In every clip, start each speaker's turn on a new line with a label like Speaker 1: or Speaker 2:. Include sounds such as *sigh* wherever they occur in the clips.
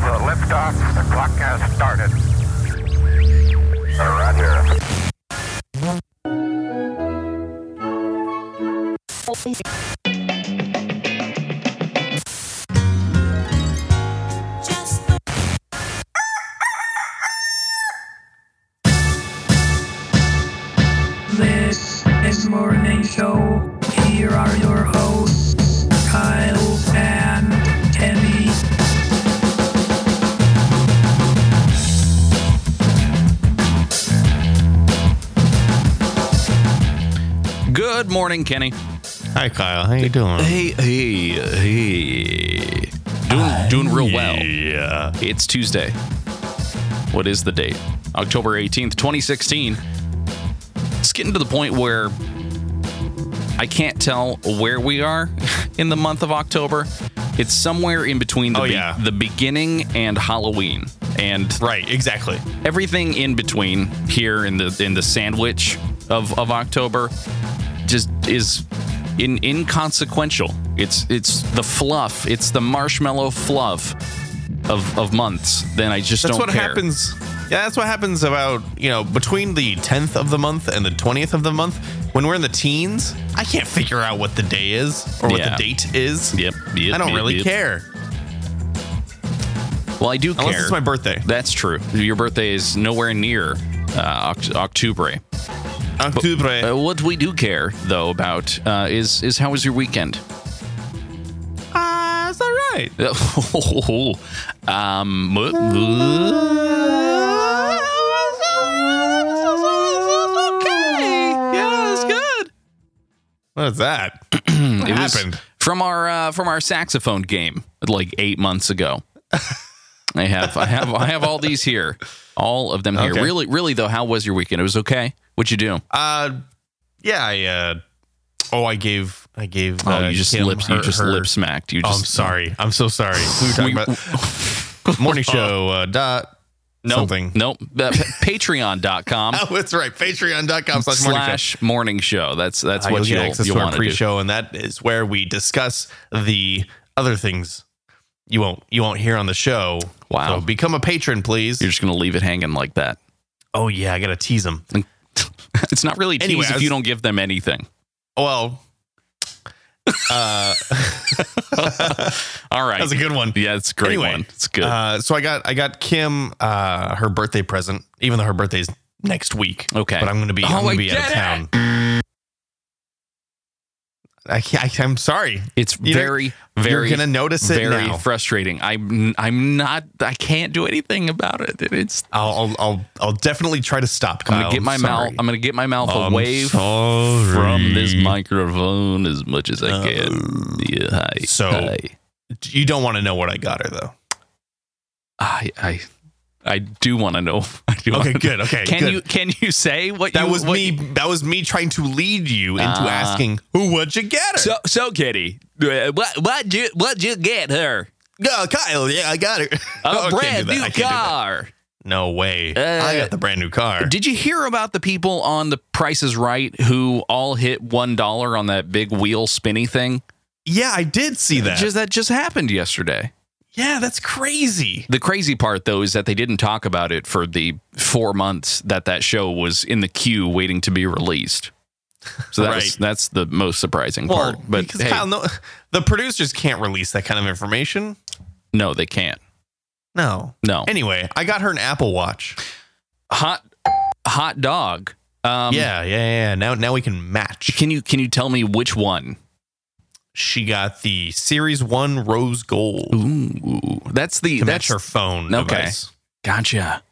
Speaker 1: liftoff. The clock has started. Roger.
Speaker 2: This is Morning Show. Here are your hosts, Kyle and Kenny.
Speaker 3: Good morning, Kenny.
Speaker 4: Hi, Kyle. How you doing?
Speaker 3: Hey, hey, hey. Doing, doing real well.
Speaker 4: Yeah.
Speaker 3: It's Tuesday. What is the date? October 18th, 2016. It's getting to the point where I can't tell where we are *laughs* in the month of October. It's somewhere in between the,
Speaker 4: Oh, yeah.
Speaker 3: the beginning and Halloween. And
Speaker 4: Right. Exactly.
Speaker 3: everything in between here in the in the sandwich of of October just is in inconsequential. It's it's the fluff. It's the marshmallow fluff of of months. Then I just
Speaker 4: That's
Speaker 3: don't
Speaker 4: what
Speaker 3: care.
Speaker 4: happens. Yeah, that's what happens about you know between the 10th of the month and the 20th of the month. When we're in the teens, I can't figure out what the day is or what
Speaker 3: Yeah.
Speaker 4: the date is.
Speaker 3: Yep. yep
Speaker 4: I don't
Speaker 3: yep,
Speaker 4: really
Speaker 3: yep.
Speaker 4: care
Speaker 3: Well, I do care.
Speaker 4: unless it's my birthday.
Speaker 3: That's true. Your birthday is nowhere near uh, Oct- October.
Speaker 4: October.
Speaker 3: Uh, what we do care though about uh, is is how was your weekend? *laughs*
Speaker 4: Ah, it's all right.
Speaker 3: Oh, um, yeah, it's good.
Speaker 4: What's that? what
Speaker 3: It was
Speaker 4: happened?
Speaker 3: from our uh, from our saxophone game like eight months ago.
Speaker 4: *laughs*
Speaker 3: I have I have I have all these here, all of them here.
Speaker 4: Okay.
Speaker 3: Really, really though, how was your weekend? It was okay. What'd you do?
Speaker 4: Uh, yeah. I uh, oh, I gave I gave.
Speaker 3: Oh,
Speaker 4: uh,
Speaker 3: you just
Speaker 4: Kim
Speaker 3: lips you
Speaker 4: her-
Speaker 3: just
Speaker 4: her-
Speaker 3: lip smacked. You
Speaker 4: Oh,
Speaker 3: just
Speaker 4: I'm sorry. I'm so sorry. We were talking
Speaker 3: We- *laughs*
Speaker 4: about morning show uh, dot
Speaker 3: nope,
Speaker 4: something.
Speaker 3: Nope. Uh,
Speaker 4: *laughs*
Speaker 3: p- Patreon.com
Speaker 4: Oh, that's right. Patreon.com slash morning show.
Speaker 3: slash morning show. That's that's
Speaker 4: Uh,
Speaker 3: what
Speaker 4: you'll
Speaker 3: you'll,
Speaker 4: get access
Speaker 3: you'll
Speaker 4: to our
Speaker 3: want to do.
Speaker 4: pre-show, and that is where we discuss the other things you won't you won't hear on the show.
Speaker 3: Wow.
Speaker 4: So become a patron, please.
Speaker 3: You're just gonna leave it hanging like that. *laughs*
Speaker 4: oh yeah, I gotta tease them.
Speaker 3: It's not really tease
Speaker 4: Anyway, I
Speaker 3: if you
Speaker 4: was-
Speaker 3: don't give them anything.
Speaker 4: Oh, Well,
Speaker 3: *laughs*
Speaker 4: *laughs*
Speaker 3: All right.
Speaker 4: that's a good one.
Speaker 3: yeah, it's a great
Speaker 4: Anyway,
Speaker 3: one. It's good.
Speaker 4: Uh, so I got I got Kim uh, her birthday present, even though her birthday's next week.
Speaker 3: Okay.
Speaker 4: but I'm gonna be
Speaker 3: Oh,
Speaker 4: I'm gonna
Speaker 3: I
Speaker 4: be out
Speaker 3: get
Speaker 4: of
Speaker 3: it.
Speaker 4: town. I can't, I, I'm sorry.
Speaker 3: it's
Speaker 4: you know,
Speaker 3: very, very,
Speaker 4: You're gonna notice it
Speaker 3: very
Speaker 4: now.
Speaker 3: frustrating. I'm, I'm not. I can't do anything about it. It's.
Speaker 4: I'll, I'll I'll I'll definitely try to stop.
Speaker 3: I'm
Speaker 4: Kyle.
Speaker 3: gonna get my mouth.
Speaker 4: sorry.
Speaker 3: I'm gonna get my mouth
Speaker 4: I'm
Speaker 3: away
Speaker 4: sorry.
Speaker 3: from this microphone as much as I can.
Speaker 4: Uh,
Speaker 3: yeah. Hi.
Speaker 4: so-
Speaker 3: hi.
Speaker 4: You don't want to know what I got her
Speaker 3: *laughs*
Speaker 4: though.
Speaker 3: I. I I do want to know. *laughs* I do
Speaker 4: Okay,
Speaker 3: wanna-
Speaker 4: good. Okay,
Speaker 3: Can
Speaker 4: good.
Speaker 3: you can you say what
Speaker 4: That
Speaker 3: you,
Speaker 4: was
Speaker 3: what
Speaker 4: me. That was me trying to lead you into
Speaker 3: Ah.
Speaker 4: asking who would you get her.
Speaker 3: So so Kitty, uh, what what you what you get her?
Speaker 4: no, Kyle. Yeah, I got her. *laughs*
Speaker 3: A
Speaker 4: Oh, I can't do
Speaker 3: brand
Speaker 4: that. I
Speaker 3: new
Speaker 4: can't do that.
Speaker 3: car.
Speaker 4: No way.
Speaker 3: Uh,
Speaker 4: I got the brand new car.
Speaker 3: Did you hear about the people on the Price is Right who all hit one dollar on that big wheel spinny thing?
Speaker 4: yeah, I did see that.
Speaker 3: Just that just happened yesterday.
Speaker 4: yeah, that's crazy.
Speaker 3: The crazy part though is that they didn't talk about it for the four months that that show was in the queue waiting to be released. So that was,
Speaker 4: Right.
Speaker 3: that's the most surprising
Speaker 4: Well,
Speaker 3: part. But
Speaker 4: because
Speaker 3: hey,
Speaker 4: Kyle, no, the producers can't release that kind of information.
Speaker 3: no, they can't.
Speaker 4: No.
Speaker 3: No,
Speaker 4: Anyway, I got her an Apple Watch.
Speaker 3: hot hot dog. Um,
Speaker 4: yeah, yeah, yeah. Now, now we can match.
Speaker 3: Can you can you tell me which one?
Speaker 4: She got the Series One Rose Gold
Speaker 3: Ooh, that's the
Speaker 4: to
Speaker 3: that's
Speaker 4: match her phone.
Speaker 3: okay.
Speaker 4: device.
Speaker 3: gotcha.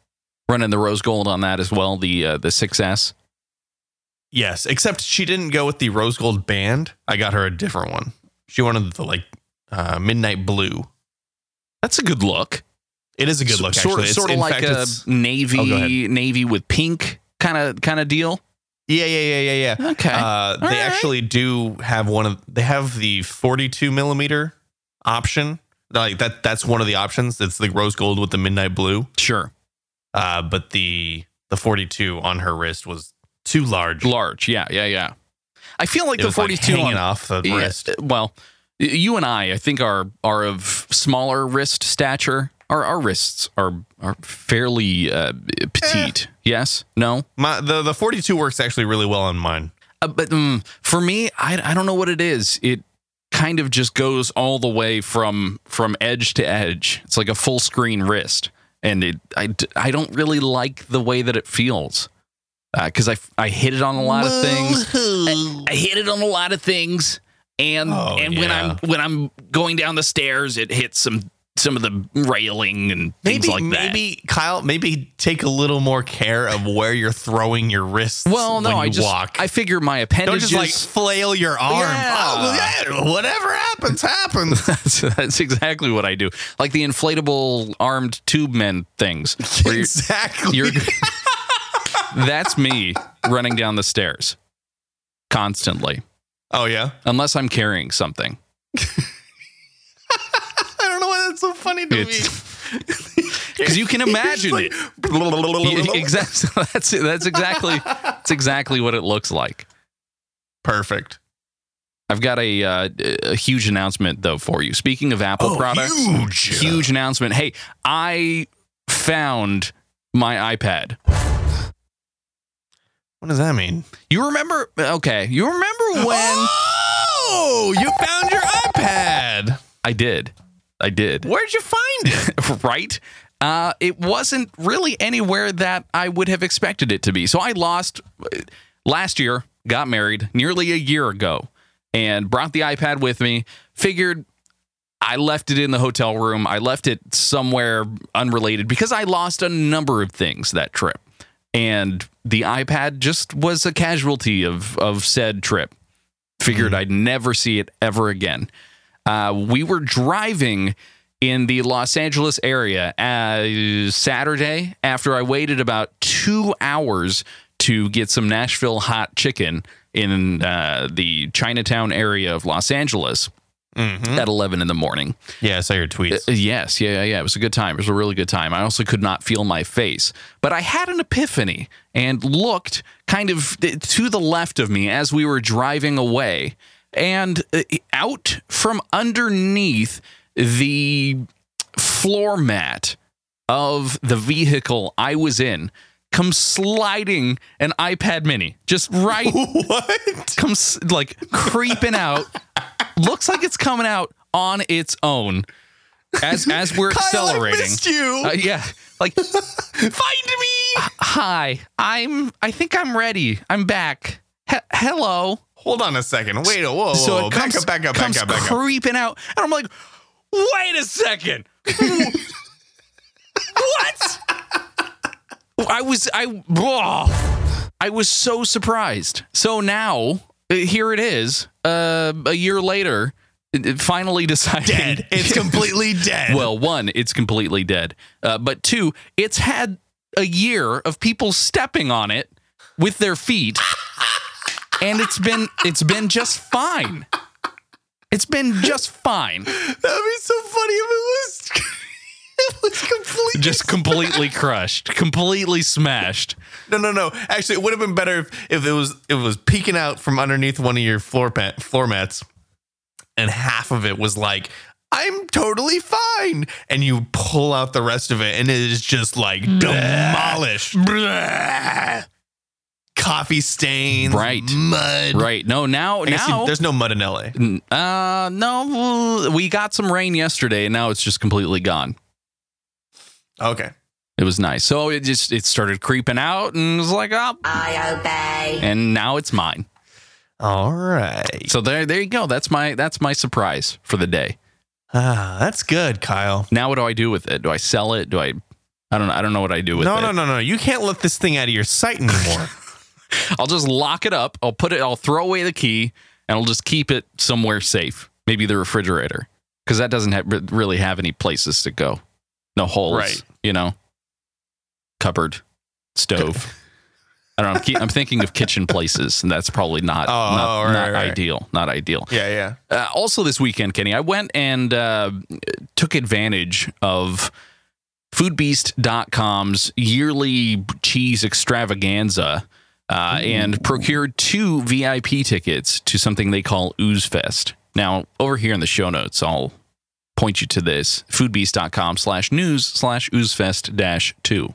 Speaker 3: Running the rose gold on that as well. The uh, the 6S.
Speaker 4: Yes, except she didn't go with the Rose Gold band. I got her a different one. She wanted the like uh, midnight blue.
Speaker 3: That's a good look.
Speaker 4: It is a good look.
Speaker 3: Sort,
Speaker 4: actually. It's-
Speaker 3: sort of
Speaker 4: in
Speaker 3: like
Speaker 4: fact,
Speaker 3: a
Speaker 4: it's- Oh, go ahead.
Speaker 3: navy navy with pink kind of kind of deal.
Speaker 4: yeah, yeah, yeah, yeah, yeah.
Speaker 3: Okay.
Speaker 4: Uh, they
Speaker 3: All right.
Speaker 4: actually do have one of they have the 42 millimeter option like that that's one of the options it's the rose gold with the midnight blue
Speaker 3: sure.
Speaker 4: uh but the the 42 on her wrist was too large
Speaker 3: Large. Yeah. Yeah. Yeah. I feel like
Speaker 4: It
Speaker 3: the
Speaker 4: was, like,
Speaker 3: 42
Speaker 4: hanging
Speaker 3: on
Speaker 4: off the
Speaker 3: Yeah,
Speaker 4: wrist
Speaker 3: uh, well, y- you and I, I think, are are of smaller wrist stature. Our, our wrists are are fairly uh,
Speaker 4: Eh.
Speaker 3: petite. Yes? No?
Speaker 4: My the the 42 works actually really well on mine.
Speaker 3: Uh, but mm, for me, I, I don't know what it is. It kind of just goes all the way from from edge to edge. It's like a full screen wrist, and it I, d- I don't really like the way that it feels because I f- I hit it on a lot of things.
Speaker 4: *laughs*
Speaker 3: I, I hit it on a lot of things, and
Speaker 4: Oh,
Speaker 3: and when
Speaker 4: yeah.
Speaker 3: I'm when I'm going down the stairs, it hits some some of the railing and
Speaker 4: Maybe
Speaker 3: things like that.
Speaker 4: maybe Kyle, maybe take a little more care of where you're throwing your wrists.
Speaker 3: Well, no,
Speaker 4: when
Speaker 3: I
Speaker 4: you
Speaker 3: just
Speaker 4: walk.
Speaker 3: I figure my appendage
Speaker 4: don't just like flail your arm.
Speaker 3: Yeah.
Speaker 4: Oh, yeah, whatever happens, happens.
Speaker 3: That's, that's exactly what I do. Like the inflatable armed tube men things. Where you're,
Speaker 4: *laughs* exactly.
Speaker 3: you're, that's me running down the stairs constantly,
Speaker 4: oh yeah.
Speaker 3: unless I'm carrying something.
Speaker 4: I don't know why that's so funny to
Speaker 3: Because
Speaker 4: *laughs*
Speaker 3: you can imagine it.
Speaker 4: me.
Speaker 3: *laughs* Exactly. That's that's exactly that's exactly what it looks like.
Speaker 4: Perfect.
Speaker 3: I've got a uh, a huge announcement though for you. Speaking of Apple products,
Speaker 4: huge.
Speaker 3: huge announcement. Hey, I found my iPad.
Speaker 4: What does that mean?
Speaker 3: You remember? Okay, you remember when
Speaker 4: oh, you found your iPad.
Speaker 3: I did? I did.
Speaker 4: Where'd you find
Speaker 3: *laughs*
Speaker 4: it?
Speaker 3: right? Uh, it wasn't really anywhere that I would have expected it to be. So I lost uh, last year, got married nearly a year ago, and brought the iPad with me. Figured I left it in the hotel room. I left it somewhere unrelated because I lost a number of things that trip. And the iPad just was a casualty of of said trip. Figured
Speaker 4: Hmm.
Speaker 3: I'd never see it ever again. Uh, we were driving in the Los Angeles area uh, Saturday after I waited about two hours to get some Nashville hot chicken in uh, the Chinatown area of Los Angeles
Speaker 4: mm-hmm.
Speaker 3: at 11 in the morning.
Speaker 4: Yeah, I saw your tweets.
Speaker 3: Uh, Yes, yeah, yeah, yeah. It was a good time. It was a really good time. I also could not feel my face, but I had an epiphany and looked kind of th- to the left of me as we were driving away, and uh, out from underneath the floor mat of the vehicle I was in comes sliding an iPad Mini, just right
Speaker 4: *laughs* what?
Speaker 3: comes like creeping out. Looks like it's coming out on its own as as we're
Speaker 4: Kyle, I
Speaker 3: accelerating.
Speaker 4: missed you.
Speaker 3: Uh, yeah, like
Speaker 4: *laughs* find me.
Speaker 3: hi, I'm. I think I'm ready. I'm back. He- hello.
Speaker 4: Hold on a second. Wait. Whoa. whoa,
Speaker 3: So
Speaker 4: whoa.
Speaker 3: it comes,
Speaker 4: back up. Back up.
Speaker 3: comes
Speaker 4: Back up. Back up.
Speaker 3: creeping out, and I'm like, wait a second. *laughs* what? I was I. Oh, I was so surprised. So now uh, here it is, uh, a year later, it- it finally deciding
Speaker 4: Dead. It's
Speaker 3: *laughs*
Speaker 4: *laughs* completely dead.
Speaker 3: well, one, it's completely dead. Uh, but two, it's had a year of people stepping on it with their feet, and it's been it's been just fine. It's been just fine.
Speaker 4: that'd be so funny if it was. *laughs* it was completely.
Speaker 3: Just completely crushed, completely smashed.
Speaker 4: No, no, no. Actually, it would have been better if, if it was it was peeking out from underneath one of your floor pat, floor mats, and half of it was like, "I'm totally fine," and you pull out the rest of it, and it is just like demolished. Coffee stains,
Speaker 3: Right.
Speaker 4: Mud.
Speaker 3: Right. No, now
Speaker 4: I guess you-
Speaker 3: now
Speaker 4: there's no mud in LA.
Speaker 3: uh no, we got some rain yesterday and now it's just completely gone.
Speaker 4: Okay.
Speaker 3: It was nice. So it just it started creeping out and it was like, "Oh,
Speaker 5: I obey.
Speaker 3: and now it's mine."
Speaker 4: All right.
Speaker 3: So there, there you go. That's my that's my surprise for the day.
Speaker 4: Ah, that's good, Kyle.
Speaker 3: Now, what do I do with it? Do I sell it? Do I? I don't know. I don't know what I do with
Speaker 4: No,
Speaker 3: it.
Speaker 4: no, no, no. You can't let this thing out of your
Speaker 3: *laughs*
Speaker 4: sight anymore.
Speaker 3: I'll just lock it up. I'll put it. I'll throw away the key, and I'll just keep it somewhere safe. Maybe the refrigerator, because that doesn't ha- really have any places to go. No holes,
Speaker 4: Right.
Speaker 3: You know, cupboard, stove. I don't know. I'm, keep, I'm thinking of kitchen places, and that's probably not
Speaker 4: *laughs* Oh,
Speaker 3: not,
Speaker 4: right,
Speaker 3: not
Speaker 4: right, right.
Speaker 3: ideal. Not ideal.
Speaker 4: yeah, yeah.
Speaker 3: Uh, also, this weekend, Kenny, I went and uh, took advantage of foodbeast.com's yearly cheese extravaganza uh,
Speaker 4: Mm.
Speaker 3: and procured two VIP tickets to something they call Ooze Fest. Now, over here in the show notes, I'll point you to this foodbeast.com slash news slash oozefest dash two.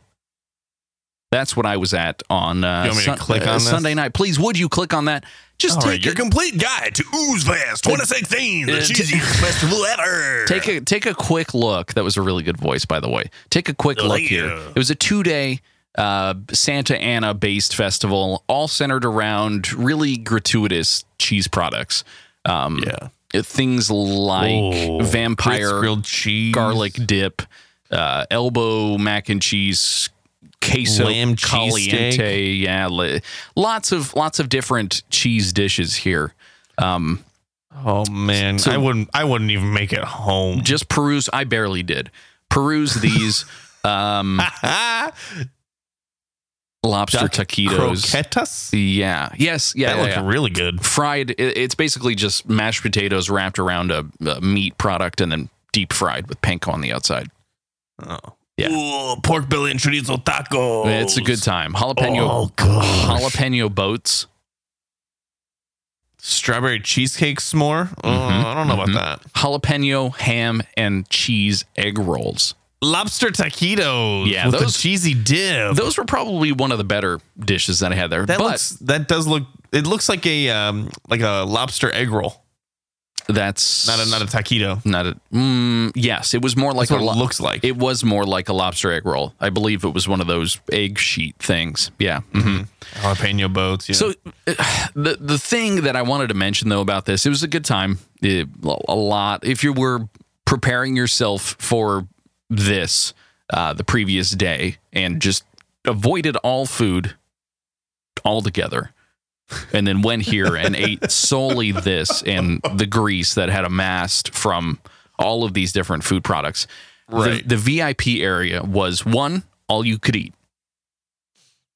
Speaker 3: That's what I was at on, uh,
Speaker 4: You want me to click on this?
Speaker 3: Sunday night. Please, would you click on that? Just
Speaker 4: All
Speaker 3: take
Speaker 4: right, your
Speaker 3: a-
Speaker 4: complete guide to Oozefest 2016, the
Speaker 3: Uh, t-
Speaker 4: *laughs* cheesiest festival ever.
Speaker 3: Take a take a quick look. That was a really good voice, by the way. Take a quick
Speaker 4: Oh,
Speaker 3: look
Speaker 4: yeah.
Speaker 3: here. It was a two day uh, Santa Ana based festival, all centered around really gratuitous cheese products. Um,
Speaker 4: Yeah.
Speaker 3: things like
Speaker 4: Oh, Fritz
Speaker 3: vampire
Speaker 4: grilled cheese,
Speaker 3: garlic dip, uh, elbow mac and cheese, queso
Speaker 4: Lamb cheesesteak.
Speaker 3: caliente. Yeah, li- lots of lots of different cheese dishes here.
Speaker 4: Oh man, I wouldn't. I wouldn't even make it home. *laughs*
Speaker 3: Just peruse. I barely did peruse these. Um, lobster taquitos.
Speaker 4: croquetas.
Speaker 3: Yeah. Yes. Yeah.
Speaker 4: That
Speaker 3: yeah,
Speaker 4: looked
Speaker 3: yeah.
Speaker 4: really good.
Speaker 3: Fried. it- It's basically just mashed potatoes wrapped around a, a meat product and then deep fried with panko on the outside.
Speaker 4: Oh.
Speaker 3: Yeah.
Speaker 4: Ooh, pork belly and chorizo tacos.
Speaker 3: It's a good time. Jalapeno.
Speaker 4: Oh god.
Speaker 3: Jalapeno boats.
Speaker 4: Strawberry cheesecake s'more. Oh,
Speaker 3: Mhm,
Speaker 4: I don't know
Speaker 3: mhm.
Speaker 4: about that.
Speaker 3: Jalapeno ham and cheese egg rolls.
Speaker 4: Lobster taquitos.
Speaker 3: Yeah,
Speaker 4: with a
Speaker 3: those-
Speaker 4: cheesy dip.
Speaker 3: Those were probably one of the better dishes that I had there.
Speaker 4: that
Speaker 3: but
Speaker 4: looks. That does look. It looks like a um like a lobster egg roll.
Speaker 3: that's
Speaker 4: Not a not a taquito.
Speaker 3: not a mm, yes. It was more like
Speaker 4: That's what
Speaker 3: a lo-
Speaker 4: it looks like.
Speaker 3: It was more like a lobster egg roll. I believe it was one of those egg sheet things. Yeah. Mm-hmm.
Speaker 4: Jalapeno boats. Yeah.
Speaker 3: So uh, *sighs* the the thing that I wanted to mention though about this, it was a good time. It- a lot. If you were preparing yourself for this uh, the previous day and just avoided all food altogether, and then went here and ate solely this and the grease that had amassed from all of these different food products. The-
Speaker 4: Right.
Speaker 3: the VIP area was one all you could eat.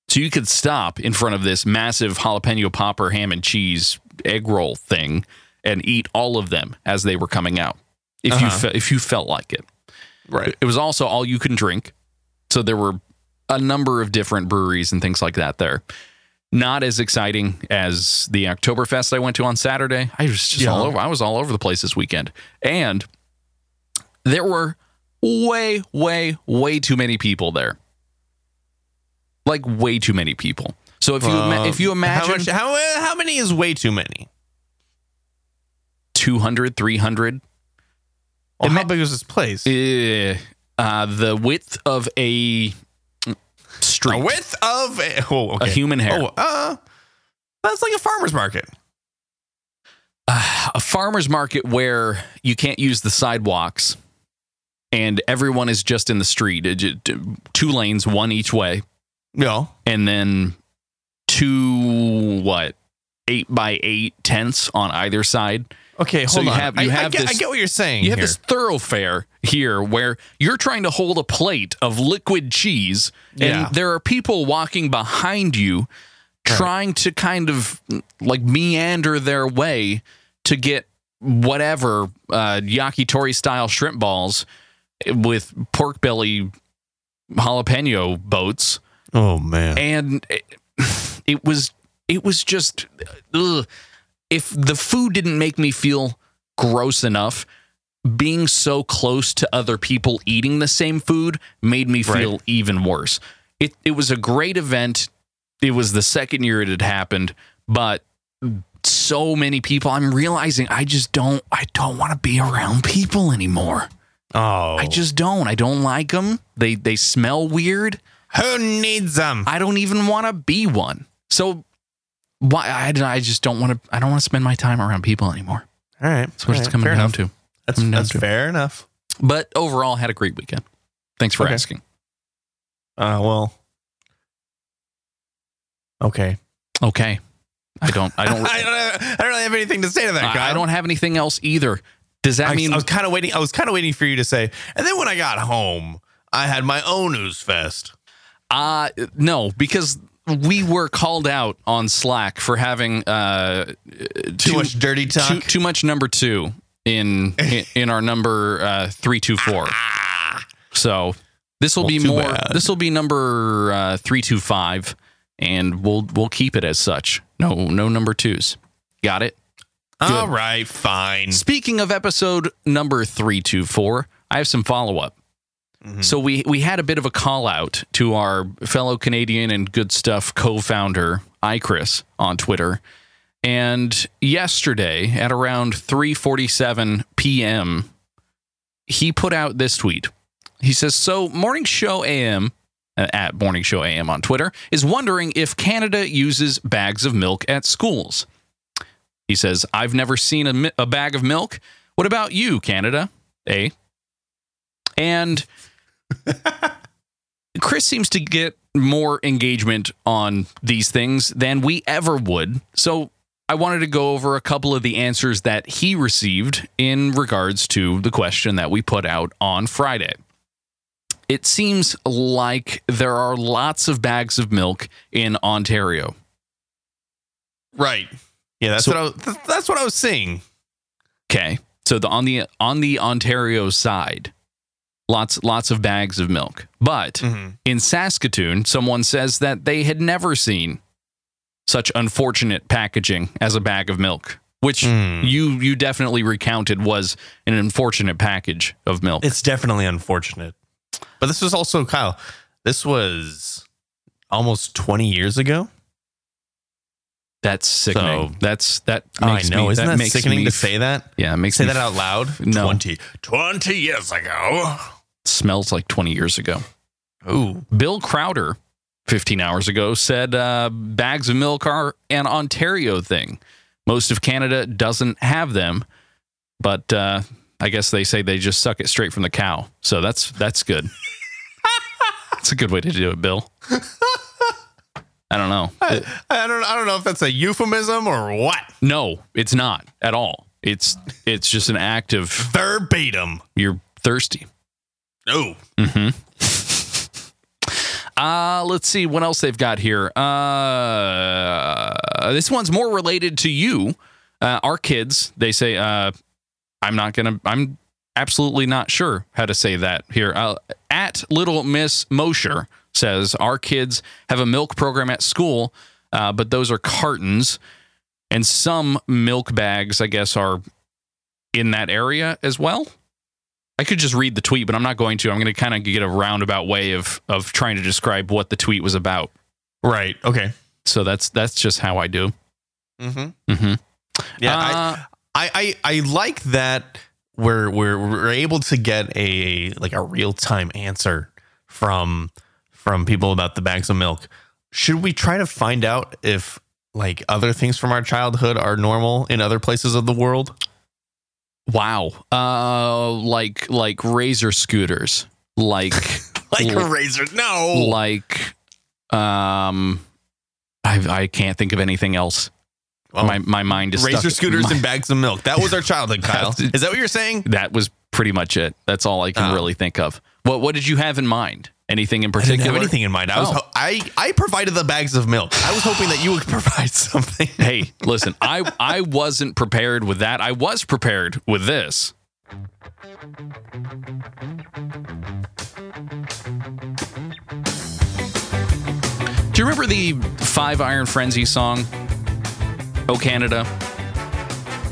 Speaker 3: So you could stop in front of this massive jalapeno popper ham and cheese egg roll thing and eat all of them as they were coming out. If you
Speaker 4: Uh-huh.
Speaker 3: fe- if you felt like it.
Speaker 4: right.
Speaker 3: It was also all you can drink. So there were a number of different breweries and things like that there. Not as exciting as the Oktoberfest I went to on Saturday. I was just all
Speaker 4: Yeah.
Speaker 3: over. I was all over the place this weekend. And there were way, way, way too many people there. Like way too many people. So if you ima-
Speaker 4: Uh,
Speaker 3: if you imagine
Speaker 4: how, much, how how many is way too many?
Speaker 3: 200, 300,
Speaker 4: Well,
Speaker 3: Ima-
Speaker 4: how big was this place?
Speaker 3: eh, uh, the width of a street.
Speaker 4: A width of a, oh, okay.
Speaker 3: human hair.
Speaker 4: Oh, uh, that's like a farmer's market.
Speaker 3: a farmer's market where you can't use the sidewalks and everyone is just in the street It ju- t- two lanes one each way
Speaker 4: No,
Speaker 3: and then two what eight by eight tents on either side
Speaker 4: okay, hold
Speaker 3: So you
Speaker 4: on.
Speaker 3: have- you
Speaker 4: I, I
Speaker 3: have
Speaker 4: get, I
Speaker 3: this-
Speaker 4: get what you're saying.
Speaker 3: you have
Speaker 4: here.
Speaker 3: this thoroughfare here where you're trying to hold a plate of liquid cheese and
Speaker 4: Yeah.
Speaker 3: there are people walking behind you trying to kind of like meander their way to get whatever uh, yakitori style shrimp balls with pork belly jalapeno boats
Speaker 4: Oh man,
Speaker 3: and it, *sighs* it was it was just ugh. if the food didn't make me feel gross enough being so close to other people eating the same food made me feel even worse it it was a great event it was the second year it had happened but so many people i'm realizing i just don't i don't want to be around people anymore
Speaker 4: oh,
Speaker 3: i just don't i don't like them they they smell weird
Speaker 4: who needs them?
Speaker 3: I don't even want to be one. So why I, I just don't want to I don't want to spend my time around people anymore.
Speaker 4: All right,
Speaker 3: That's what
Speaker 4: all
Speaker 3: it's
Speaker 4: right,
Speaker 3: coming
Speaker 4: fair
Speaker 3: down
Speaker 4: enough.
Speaker 3: to.
Speaker 4: That's
Speaker 3: I'm down
Speaker 4: that's
Speaker 3: to.
Speaker 4: fair enough.
Speaker 3: But overall, had a great weekend. Thanks for
Speaker 4: Okay.
Speaker 3: asking.
Speaker 4: Uh, well, okay.
Speaker 3: Okay. I don't I
Speaker 4: *laughs* I
Speaker 3: don't
Speaker 4: don't,
Speaker 3: I,
Speaker 4: I don't really have anything to say to that. guy.
Speaker 3: I don't have anything else either. Does that
Speaker 4: I,
Speaker 3: mean
Speaker 4: I was kind of waiting. I was kind of waiting for you to say. And then when I got home, I had my own ooze fest.
Speaker 3: Uh no, because we were called out on Slack for having uh too,
Speaker 4: Too much dirty talk.
Speaker 3: too, too much number 2 in in, in our number uh 324.
Speaker 4: ah,
Speaker 3: So this will
Speaker 4: Well,
Speaker 3: be
Speaker 4: too
Speaker 3: more.
Speaker 4: bad.
Speaker 3: This will be number uh, three two five, and we'll we'll keep it as such. No no number twos. Got it.
Speaker 4: All right, fine.
Speaker 3: Speaking of episode number 324, I have some follow up. So we we had a bit of a call out to our fellow Canadian and good stuff co-founder iChris on Twitter. And yesterday at around 3:47 p.m., he put out this tweet. He says, "So Morning Show AM uh, at Morning Show AM on Twitter is wondering if Canada uses bags of milk at schools." He says, I've never seen a, mi- a bag of milk. What about you, Canada? Eh? And Chris seems to get more engagement on these things than we ever would. So I wanted to go over a couple of the answers that he received in regards to the question that we put out on Friday. It seems like there are lots of bags of milk in Ontario.
Speaker 4: Right. Yeah, that's
Speaker 3: So-
Speaker 4: what I was, th- that's what I was seeing.
Speaker 3: Okay. So the on the on the Ontario side, lots lots of bags of milk. But
Speaker 4: Mm. Mm-hmm.
Speaker 3: in Saskatoon, someone says that they had never seen such unfortunate packaging as a bag of milk, which
Speaker 4: Hmm.
Speaker 3: you you definitely recounted was an unfortunate package of milk.
Speaker 4: It's definitely unfortunate. But this was also Kyle. This was almost 20 years ago.
Speaker 3: That's sickening.
Speaker 4: So-
Speaker 3: that's that makes
Speaker 4: I know.
Speaker 3: me
Speaker 4: Isn't that,
Speaker 3: makes
Speaker 4: sickening
Speaker 3: me
Speaker 4: to
Speaker 3: f-
Speaker 4: say that?
Speaker 3: Yeah, it makes
Speaker 4: Say
Speaker 3: me
Speaker 4: that out loud.
Speaker 3: No.
Speaker 4: 20, 20 years ago.
Speaker 3: smells like 20 years ago.
Speaker 4: Ooh.
Speaker 3: Bill Crowder, 15 hours ago, said uh, bags of milk are an Ontario thing. Most of Canada doesn't have them, but uh, I guess they say they just suck it straight from the cow. So that's that's
Speaker 4: *laughs*
Speaker 3: good. That's a good way to do it, Bill. I don't know.
Speaker 4: I, I don't I don't know if that's a euphemism or what.
Speaker 3: No, it's not at all. It's it's just an act of
Speaker 4: Verbatim.
Speaker 3: you're thirsty.
Speaker 4: Oh.
Speaker 3: Uh, let's see what else they've got here. Uh, this one's more related to you. Uh, our kids, they say, uh, I'm not gonna, I'm absolutely not sure how to say that here. Uh, at Little Miss Mosher says, Our kids have a milk program at school, uh, but those are cartons. And some milk bags, I guess, are in that area as well. I could just read the tweet, but I'm not going to. I'm going to kind of get a roundabout way of of trying to describe what the tweet was about.
Speaker 4: Right. Okay.
Speaker 3: So that's that's just how I do.
Speaker 4: Mm-hmm.
Speaker 3: Mm-hmm. Uh,
Speaker 4: Yeah. I- Uh, I, I I like that we're we're we're able to get a like a real time answer from from people about the bags of milk. Should we try to find out if like other things from our childhood are normal in other places of the world?
Speaker 3: wow. Uh, like like razor scooters,
Speaker 4: *laughs*
Speaker 3: like l-
Speaker 4: razor? No.
Speaker 3: like um, I I can't think of anything else.
Speaker 4: Oh.
Speaker 3: my my mind is
Speaker 4: razor
Speaker 3: stuck.
Speaker 4: scooters
Speaker 3: my-
Speaker 4: and bags of milk. That *laughs* was our childhood, Kyle. Is that what you're saying?
Speaker 3: that was pretty much it. That's all I can
Speaker 4: Oh.
Speaker 3: really think of. What what did you have in mind? Anything in
Speaker 4: I didn't
Speaker 3: particular?
Speaker 4: have anything in mind. I was
Speaker 3: Oh.
Speaker 4: ho- I I provided the bags of milk. I was hoping that you would *laughs* provide something.
Speaker 3: hey, listen, I I wasn't prepared with that. I was prepared with this. Do you remember the Five Iron Frenzy song? Oh Canada.
Speaker 4: *laughs*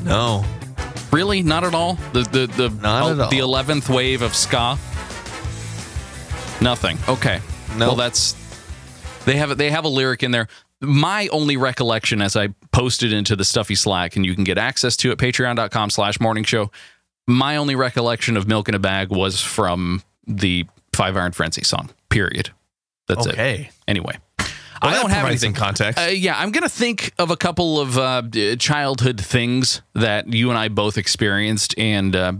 Speaker 4: No.
Speaker 3: Really? Not at all? The the the oh,
Speaker 4: Not at all.
Speaker 3: the eleventh wave of ska? Nothing. Okay.
Speaker 4: No.
Speaker 3: Well that's they have they have a lyric in there. My only recollection as I posted into the stuffy Slack, and you can get access to it, patreon.com slash morning show. My only recollection of Milk in a Bag was from the Five Iron Frenzy song. Period. That's it.
Speaker 4: Okay.
Speaker 3: Anyway.
Speaker 4: Well,
Speaker 3: I
Speaker 4: that
Speaker 3: don't have
Speaker 4: provides some
Speaker 3: anything.
Speaker 4: context.
Speaker 3: Uh, yeah, I'm gonna think of a couple of uh, d- childhood things that you and I both experienced, and uh,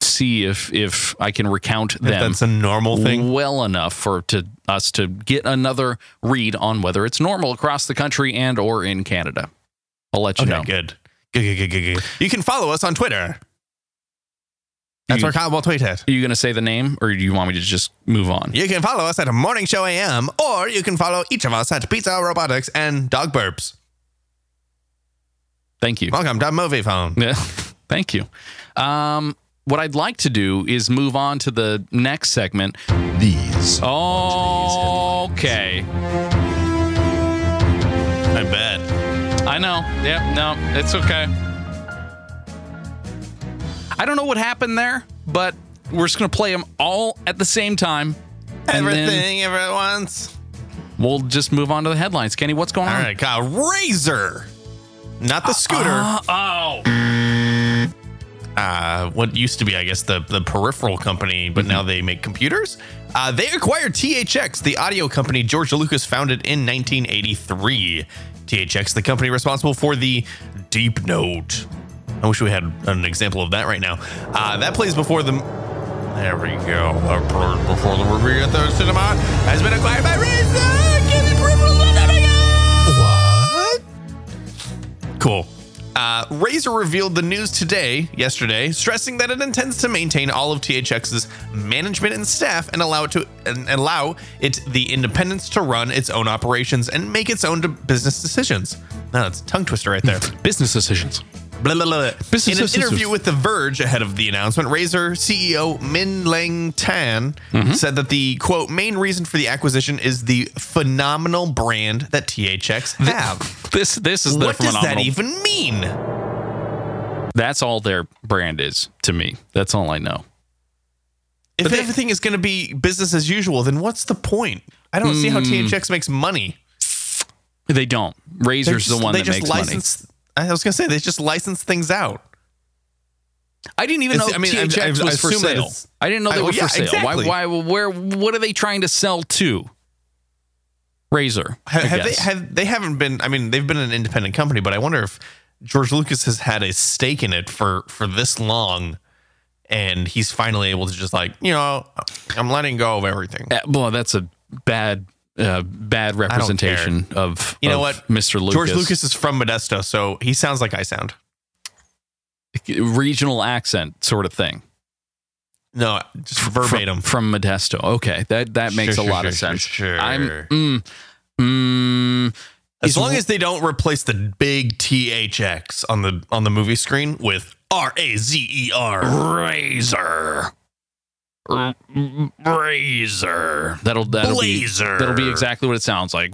Speaker 3: see if if I can recount
Speaker 4: If
Speaker 3: them
Speaker 4: that's a normal thing.
Speaker 3: well enough for to us to get another read on whether it's normal across the country and or in Canada. I'll let you know.
Speaker 4: good. Good, good, good, good, good. You can follow us on Twitter. That's
Speaker 3: You-
Speaker 4: where Kyle will tweet at.
Speaker 3: Are you gonna say the name, or do you want me to just move on?
Speaker 4: You can follow us at Morning Show AM, or you can follow each of us at Pizza Robotics and Dog Burps.
Speaker 3: Thank you.
Speaker 4: Welcome to Movie Phone.
Speaker 3: Yeah. *laughs* Thank you. Um, what I'd like to do is move on to the next segment. Oh,
Speaker 5: These
Speaker 3: Okay.
Speaker 4: I bet.
Speaker 3: I know. Yeah, no, it's okay. I don't know what happened there, but we're just gonna play them all at the same time. And then
Speaker 4: Everything ever at once.
Speaker 3: we'll just move on to the headlines. Kenny, what's going
Speaker 4: All
Speaker 3: on?
Speaker 4: right, Kyle. Razor, not the scooter. Uh,
Speaker 3: Uh, oh,
Speaker 4: what used to be, I guess, the the peripheral company, but now they make computers. Uh, they acquired THX, the audio company George Lucas founded in 1983. THX, the company responsible for the Deep Note. I wish we had an example of that right now. Uh, that plays before the There we go. A product before the review at the cinema has been acquired by Razor. Give it peripheral What? Cool. Uh, Razor revealed the news today, yesterday, stressing that it intends to maintain all of THX's management and staff and allow it to and allow it the independence to run its own operations and make its own business decisions. Now that's a tongue twister right there.
Speaker 3: business decisions.
Speaker 4: *laughs* Blah, blah, blah.
Speaker 3: Business
Speaker 4: in an
Speaker 3: assistance.
Speaker 4: interview with The Verge ahead of the announcement, Razor CEO Min Lang Tan said that the quote main reason for the acquisition is the phenomenal brand that THX have.
Speaker 3: *laughs* This this is the
Speaker 4: what does
Speaker 3: phenomenal.
Speaker 4: that even mean?
Speaker 3: That's all their brand is to me. That's all I know.
Speaker 4: If everything is going to be business as usual, then what's the point? I don't see how
Speaker 3: Hmm.
Speaker 4: THX makes money.
Speaker 3: They don't.
Speaker 4: They're
Speaker 3: Razor's
Speaker 4: just-
Speaker 3: the one
Speaker 4: they
Speaker 3: that
Speaker 4: just
Speaker 3: makes
Speaker 4: license, I was going to say they just license things out.
Speaker 3: money. I didn't even know
Speaker 4: It's-
Speaker 3: I
Speaker 4: I mean, I-
Speaker 3: THX
Speaker 4: I- I
Speaker 3: was for
Speaker 4: assume that
Speaker 3: sale.
Speaker 4: it's-
Speaker 3: I didn't know
Speaker 4: I-
Speaker 3: they
Speaker 4: well,
Speaker 3: were
Speaker 4: yeah,
Speaker 3: for sale.
Speaker 4: exactly.
Speaker 3: Why? Why? Where? What are they trying to sell to? Razor.
Speaker 4: Ha-
Speaker 3: I
Speaker 4: Have,
Speaker 3: guess.
Speaker 4: they have they haven't been? I mean, they've been an independent company, but I wonder if George Lucas has had a stake in it for for this long, and he's finally able to just like you know, I'm letting go of everything.
Speaker 3: Uh, well, that's a bad, uh, bad representation of
Speaker 4: You know
Speaker 3: of
Speaker 4: what?
Speaker 3: Mr. Lucas.
Speaker 4: George Lucas is from Modesto, so he sounds like I sound.
Speaker 3: regional accent sort of thing.
Speaker 4: No, just
Speaker 3: From-
Speaker 4: verbatim.
Speaker 3: from, Modesto. Okay, that that makes
Speaker 4: Sure,
Speaker 3: a lot
Speaker 4: sure,
Speaker 3: of
Speaker 4: sure,
Speaker 3: sense.
Speaker 4: sure.
Speaker 3: I'm. Mm, mm,
Speaker 4: as
Speaker 3: is-
Speaker 4: long as they don't replace the big THX on the on the movie screen with R A Z E R.
Speaker 3: Razor. R- Razor. That'll that'll
Speaker 4: Blazer.
Speaker 3: be that'll be exactly what it sounds like.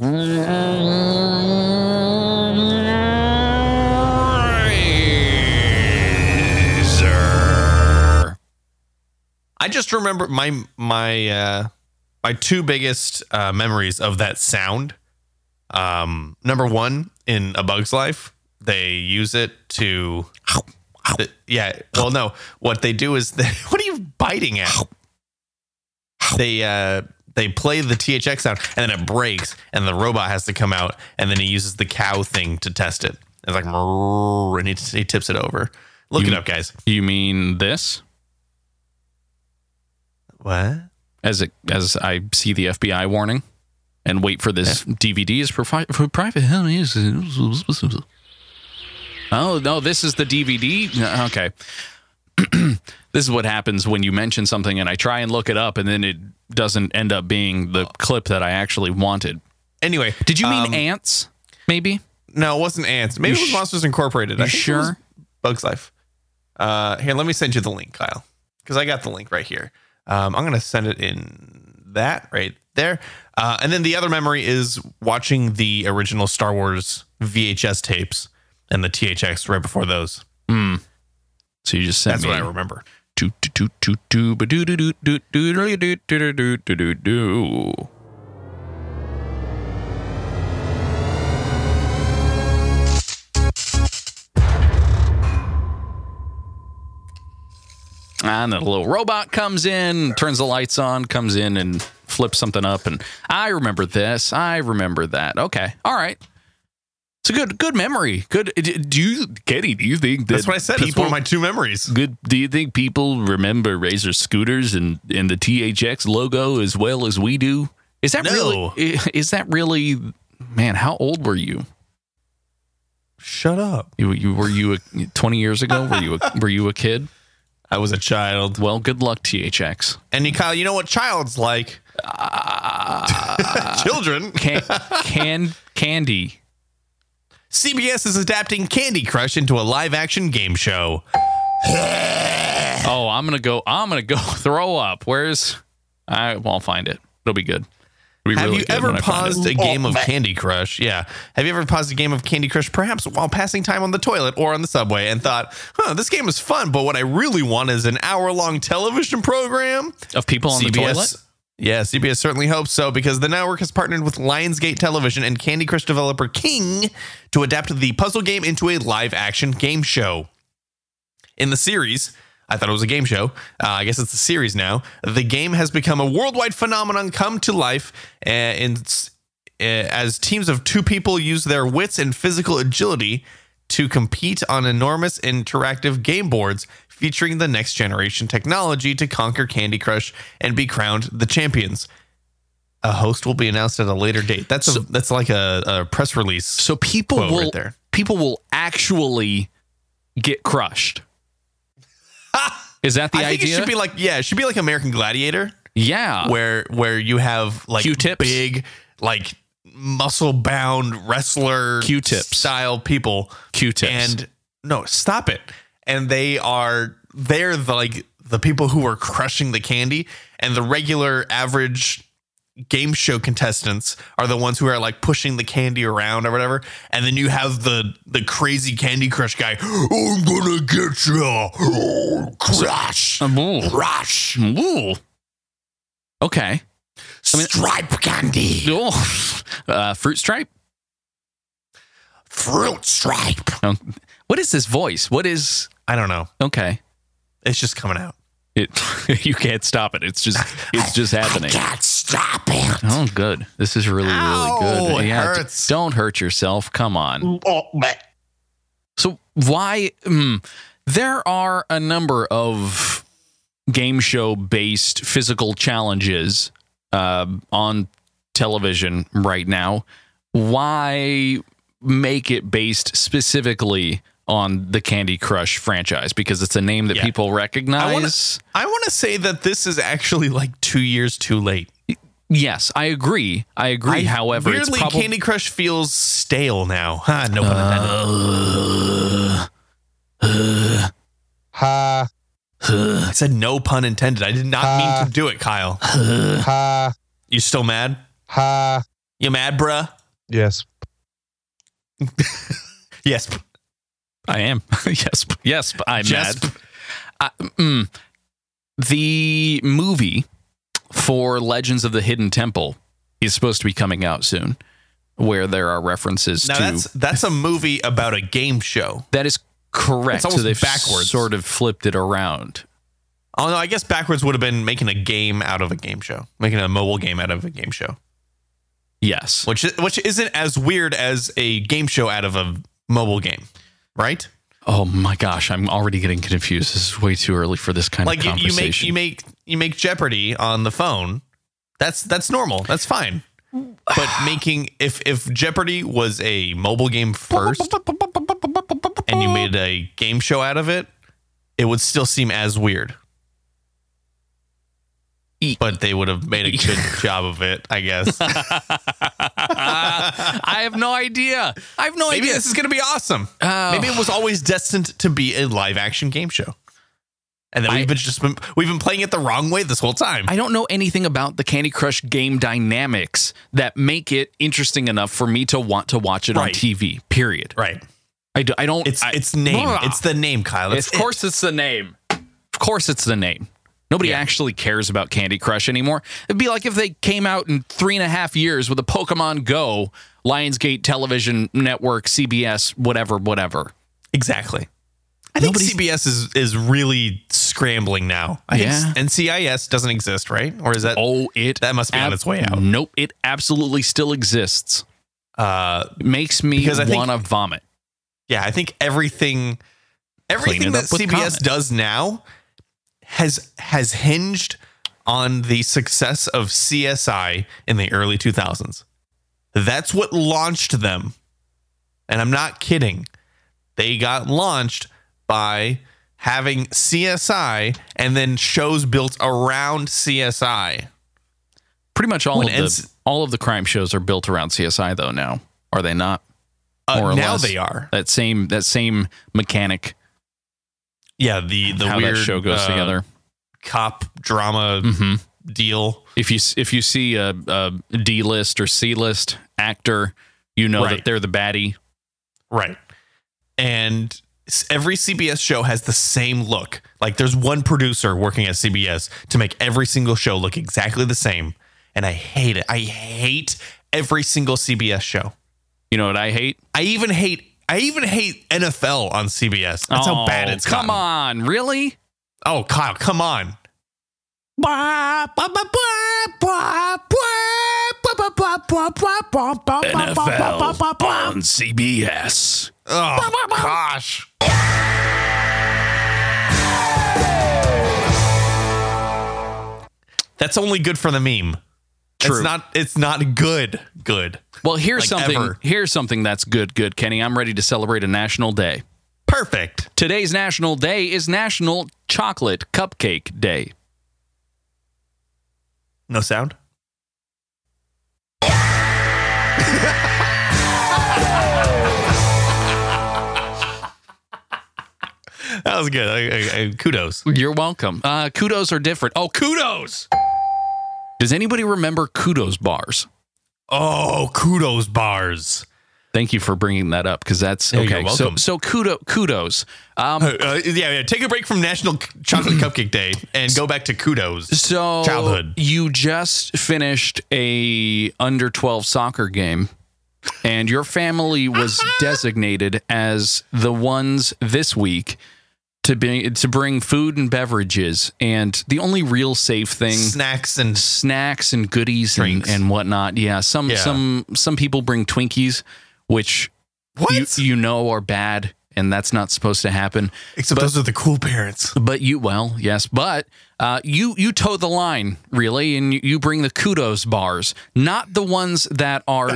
Speaker 3: Razor.
Speaker 4: I just remember my my uh, my two biggest uh, memories of that sound. Um, number one, in A Bug's Life, they use it to. th- yeah. Well, no. What they do is, *laughs* they, what are you biting at? They uh, they play the THX sound, and then it breaks, and the robot has to come out, and then he uses the cow thing to test it. It's like, "Mrrr," and he, he tips it over. Look
Speaker 3: You-
Speaker 4: it up, guys.
Speaker 3: You mean this?
Speaker 4: What?
Speaker 3: As it as I see the FBI warning and wait for this DVD is for, fi- for private. Oh no, this is the DVD. No, Uh, Okay, *clears throat* this is what happens when you mention something and I try and look it up and then it doesn't end up being the clip that I actually wanted.
Speaker 4: Anyway,
Speaker 3: Did you mean
Speaker 4: um,
Speaker 3: ants? Maybe.
Speaker 4: No, it wasn't ants. Maybe
Speaker 3: You
Speaker 4: it was
Speaker 3: sh-
Speaker 4: Monsters Incorporated.
Speaker 3: you
Speaker 4: I think it
Speaker 3: sure?
Speaker 4: was Bugs Life. Uh, here, let me send you the link, Kyle, because I got the link right here. Um, I'm gonna send it in that right there. Uh, and then the other memory is watching the original Star Wars VHS tapes and the THX right before those.
Speaker 3: So you just sent
Speaker 4: That's
Speaker 3: me.
Speaker 4: what I remember.
Speaker 3: Do, do, do, do, do, ba, do, do, do, do, do, do, do, do, do, do, do, do. And then a little robot comes in, turns the lights on, comes in and flips something up. And I remember this. I remember that. Okay. All right. It's a good, good memory. Good. Do- Do you, Kenny? Do you think that
Speaker 4: That's what I said. That's one of my two memories.
Speaker 3: good do you think people remember razor scooters and and the thx logo as well as we do is that
Speaker 4: No.
Speaker 3: really i- is that really man how old were you
Speaker 4: Shut up.
Speaker 3: you, you were you a, 20 years ago were you
Speaker 4: *laughs*
Speaker 3: a, were you a kid
Speaker 4: I was a child.
Speaker 3: well good luck thx
Speaker 4: And you, Kyle, you know what child's like?
Speaker 3: *laughs*
Speaker 4: Children.
Speaker 3: can, can candy
Speaker 4: CBS is adapting Candy Crush into a live action game show.
Speaker 3: oh *laughs* i'm gonna go i'm gonna go throw up where's i well, i'll find it it'll be good It'd be
Speaker 4: Have
Speaker 3: really
Speaker 4: you
Speaker 3: good
Speaker 4: ever
Speaker 3: when I find it. Oh,
Speaker 4: paused a game of Candy Crush? Yeah. Have you ever paused a game of Candy Crush, perhaps while passing time on the toilet or on the subway, and thought, huh, this game is fun, but what I really want is an hour long television program?
Speaker 3: of people on the toilet?
Speaker 4: Yeah, CBS certainly hopes so because the network has partnered with Lionsgate Television and Candy Crush developer King to adapt the puzzle game into a live action game show. In the series, I thought it was a game show. Uh, I guess it's a series now. The game has become a worldwide phenomenon come to life uh, in, uh, as teams of two people use their wits and physical agility to compete on enormous interactive game boards featuring the next generation technology to conquer Candy Crush and be crowned the champions. A host will be announced at a later date. That's a, that's like a, a press release.
Speaker 3: So people
Speaker 4: Quote
Speaker 3: will
Speaker 4: right there.
Speaker 3: people will actually get crushed. Is that the
Speaker 4: I think
Speaker 3: idea?
Speaker 4: it should be like yeah, it should be like American Gladiator.
Speaker 3: yeah.
Speaker 4: where where you have like
Speaker 3: Q-tips?
Speaker 4: big like muscle bound wrestler
Speaker 3: Q-tips.
Speaker 4: style people
Speaker 3: Q-tips.
Speaker 4: and no stop it and they are they're the, like the people who are crushing the candy and the regular average game show contestants are the ones who are like pushing the candy around or whatever and then you have the the crazy candy crush guy i'm gonna get you crush
Speaker 3: Um, ooh. Mm,
Speaker 4: crush
Speaker 3: Ooh. Okay.
Speaker 4: stripe candy
Speaker 3: Oh, *laughs* uh, fruit stripe.
Speaker 4: Fruit Stripe.
Speaker 3: Um, What is this voice? What is
Speaker 4: I don't know.
Speaker 3: okay?
Speaker 4: It's just coming out.
Speaker 3: It *laughs* you can't stop it. It's just it's just happening.
Speaker 4: can't stop it.
Speaker 3: Oh, good. This is really really
Speaker 4: Ow,
Speaker 3: good.
Speaker 4: it
Speaker 3: yeah, d-
Speaker 4: hurts.
Speaker 3: don't hurt yourself. Come on.
Speaker 4: Oh,
Speaker 3: So why mm, there are a number of game show based physical challenges uh, on television right now. Why make it based specifically on the Candy Crush franchise because it's a name that
Speaker 4: Yeah.
Speaker 3: people
Speaker 4: I want
Speaker 3: recognize?
Speaker 4: to. I want to say that this is actually like two years too late.
Speaker 3: yes, I agree. I agree.
Speaker 4: I-
Speaker 3: However, it's
Speaker 4: weirdly,
Speaker 3: probably
Speaker 4: Candy Crush feels stale now. Huh, no pun intended.
Speaker 5: Ha
Speaker 4: I said no pun intended. I did not mean to do it, Kyle.
Speaker 5: ha
Speaker 4: You still mad?
Speaker 5: ha.
Speaker 4: You mad, bruh?
Speaker 5: Yes.
Speaker 4: Yes.
Speaker 3: I am. *laughs* yes, yes, I'm mad.
Speaker 4: Yes.
Speaker 3: Mm. The movie for Legends of the Hidden Temple is supposed to be coming out soon, where there are references
Speaker 4: Now
Speaker 3: to
Speaker 4: that's that's *laughs* a movie about a game show.
Speaker 3: that is correct.
Speaker 4: It's almost
Speaker 3: so they've
Speaker 4: backwards.
Speaker 3: sort of flipped it around.
Speaker 4: Oh no, I guess backwards would have been making a game out of a game show, making a mobile game out of a game show.
Speaker 3: Yes,
Speaker 4: which which isn't as weird as a game show out of a mobile game, right?
Speaker 3: Oh my gosh, I'm already getting confused. This is way too early for this kind of
Speaker 4: Like you, you make
Speaker 3: conversation.
Speaker 4: you make you make Jeopardy on the phone. That's that's normal. That's fine.
Speaker 3: *sighs*
Speaker 4: But making if if Jeopardy was a mobile game first and you made a game show out of it, it would still seem as weird.
Speaker 3: E-
Speaker 4: But they would have made
Speaker 3: *laughs*
Speaker 4: a good job of it, I guess.
Speaker 3: *laughs* I have no idea. I have no
Speaker 4: Maybe
Speaker 3: idea.
Speaker 4: this is going to be awesome.
Speaker 3: Oh.
Speaker 4: Maybe it was always destined to be a live action game show. And then
Speaker 3: I-
Speaker 4: we've been just been, we've been playing it the wrong way this whole time.
Speaker 3: I don't know anything about the Candy Crush game dynamics that make it interesting enough for me to want to watch it on
Speaker 4: Right.
Speaker 3: TV. Period.
Speaker 4: right.
Speaker 3: I, do, I don't.
Speaker 4: It's
Speaker 3: I-
Speaker 4: it's name.
Speaker 3: Blah.
Speaker 4: It's the name, Kyle. It's
Speaker 3: of course it's the name. Of course it's the name. Nobody actually cares about Candy Crush anymore. It'd be like if they came out in three and a half years with a Pokemon Go, Lionsgate Television Network, CBS, whatever, whatever.
Speaker 4: exactly. I think
Speaker 3: Nobody's-
Speaker 4: CBS is is really scrambling now. I
Speaker 3: Yeah.
Speaker 4: think NCIS doesn't exist, right? Or is that
Speaker 3: Oh, it
Speaker 4: That must be on its way out.
Speaker 3: Nope, it absolutely still exists.
Speaker 4: uh
Speaker 3: It makes me
Speaker 4: Because I think-
Speaker 3: want to vomit.
Speaker 4: yeah, I think everything everything
Speaker 3: it
Speaker 4: that
Speaker 3: up with
Speaker 4: CBS
Speaker 3: comment.
Speaker 4: does now has has hinged on the success of CSI in the early 2000s. That's what launched them. And I'm not kidding. They got launched by having CSI and then shows built around CSI.
Speaker 3: Pretty much all
Speaker 4: When
Speaker 3: of the
Speaker 4: NC
Speaker 3: all of the crime shows are built around CSI though now. Are they not?
Speaker 4: Uh,
Speaker 3: More or
Speaker 4: now
Speaker 3: less.
Speaker 4: they are.
Speaker 3: That same that same mechanic
Speaker 4: Yeah, the the
Speaker 3: how
Speaker 4: weird
Speaker 3: that show goes
Speaker 4: uh,
Speaker 3: together.
Speaker 4: cop drama
Speaker 3: Mhm.
Speaker 4: deal.
Speaker 3: if you if you see a, a D list or C list actor, you know
Speaker 4: Right.
Speaker 3: that they're the baddie.
Speaker 4: Right. And s- every CBS show has the same look. Like there's one producer working at CBS to make every single show look exactly the same. And I hate it. I hate every single CBS show.
Speaker 3: You know what I hate?
Speaker 4: I even hate I even hate NFL on CBS. That's how bad
Speaker 3: Oh,
Speaker 4: it's
Speaker 3: Come
Speaker 4: gotten.
Speaker 3: on, really?
Speaker 4: Oh, Kyle, come on.
Speaker 3: NFL on CBS.
Speaker 4: Oh gosh. That's only good for the meme.
Speaker 3: True.
Speaker 4: It's not it's not good. Good.
Speaker 3: Well, here's
Speaker 4: Like
Speaker 3: something.
Speaker 4: ever.
Speaker 3: Here's something that's good, good, Kenny. I'm ready to celebrate a national day.
Speaker 4: Perfect.
Speaker 3: Today's national day is National Chocolate Cupcake Day.
Speaker 4: No sound? *laughs* that was good. I, I, I, kudos.
Speaker 3: You're welcome. Uh, kudos are different. Oh, kudos. Does anybody remember kudos bars?
Speaker 4: Oh, kudos bars.
Speaker 3: Thank you for bringing that up because that's
Speaker 4: Yeah, you're
Speaker 3: okay. So,
Speaker 4: welcome.
Speaker 3: so kudo, kudos. Um,
Speaker 4: Uh, uh, yeah, yeah. Take a break from National C- Chocolate
Speaker 3: *clears throat*
Speaker 4: Cupcake Day and go back to kudos.
Speaker 3: so
Speaker 4: Childhood.
Speaker 3: You just finished a under twelve soccer game, and your family was designated as the ones this week to be to bring food and beverages. And the only real safe thing
Speaker 4: Snacks and
Speaker 3: snacks and goodies and,
Speaker 4: Drinks.
Speaker 3: and whatnot. Yeah, some
Speaker 4: Yeah.
Speaker 3: some some people bring Twinkies, which
Speaker 4: what?
Speaker 3: you, you know are bad, and that's not supposed to happen.
Speaker 4: Except those are the cool parents.
Speaker 3: But you, well, yes, but uh, you you toe the line really, and you, you bring the kudos bars, not the ones that
Speaker 4: *laughs*
Speaker 3: are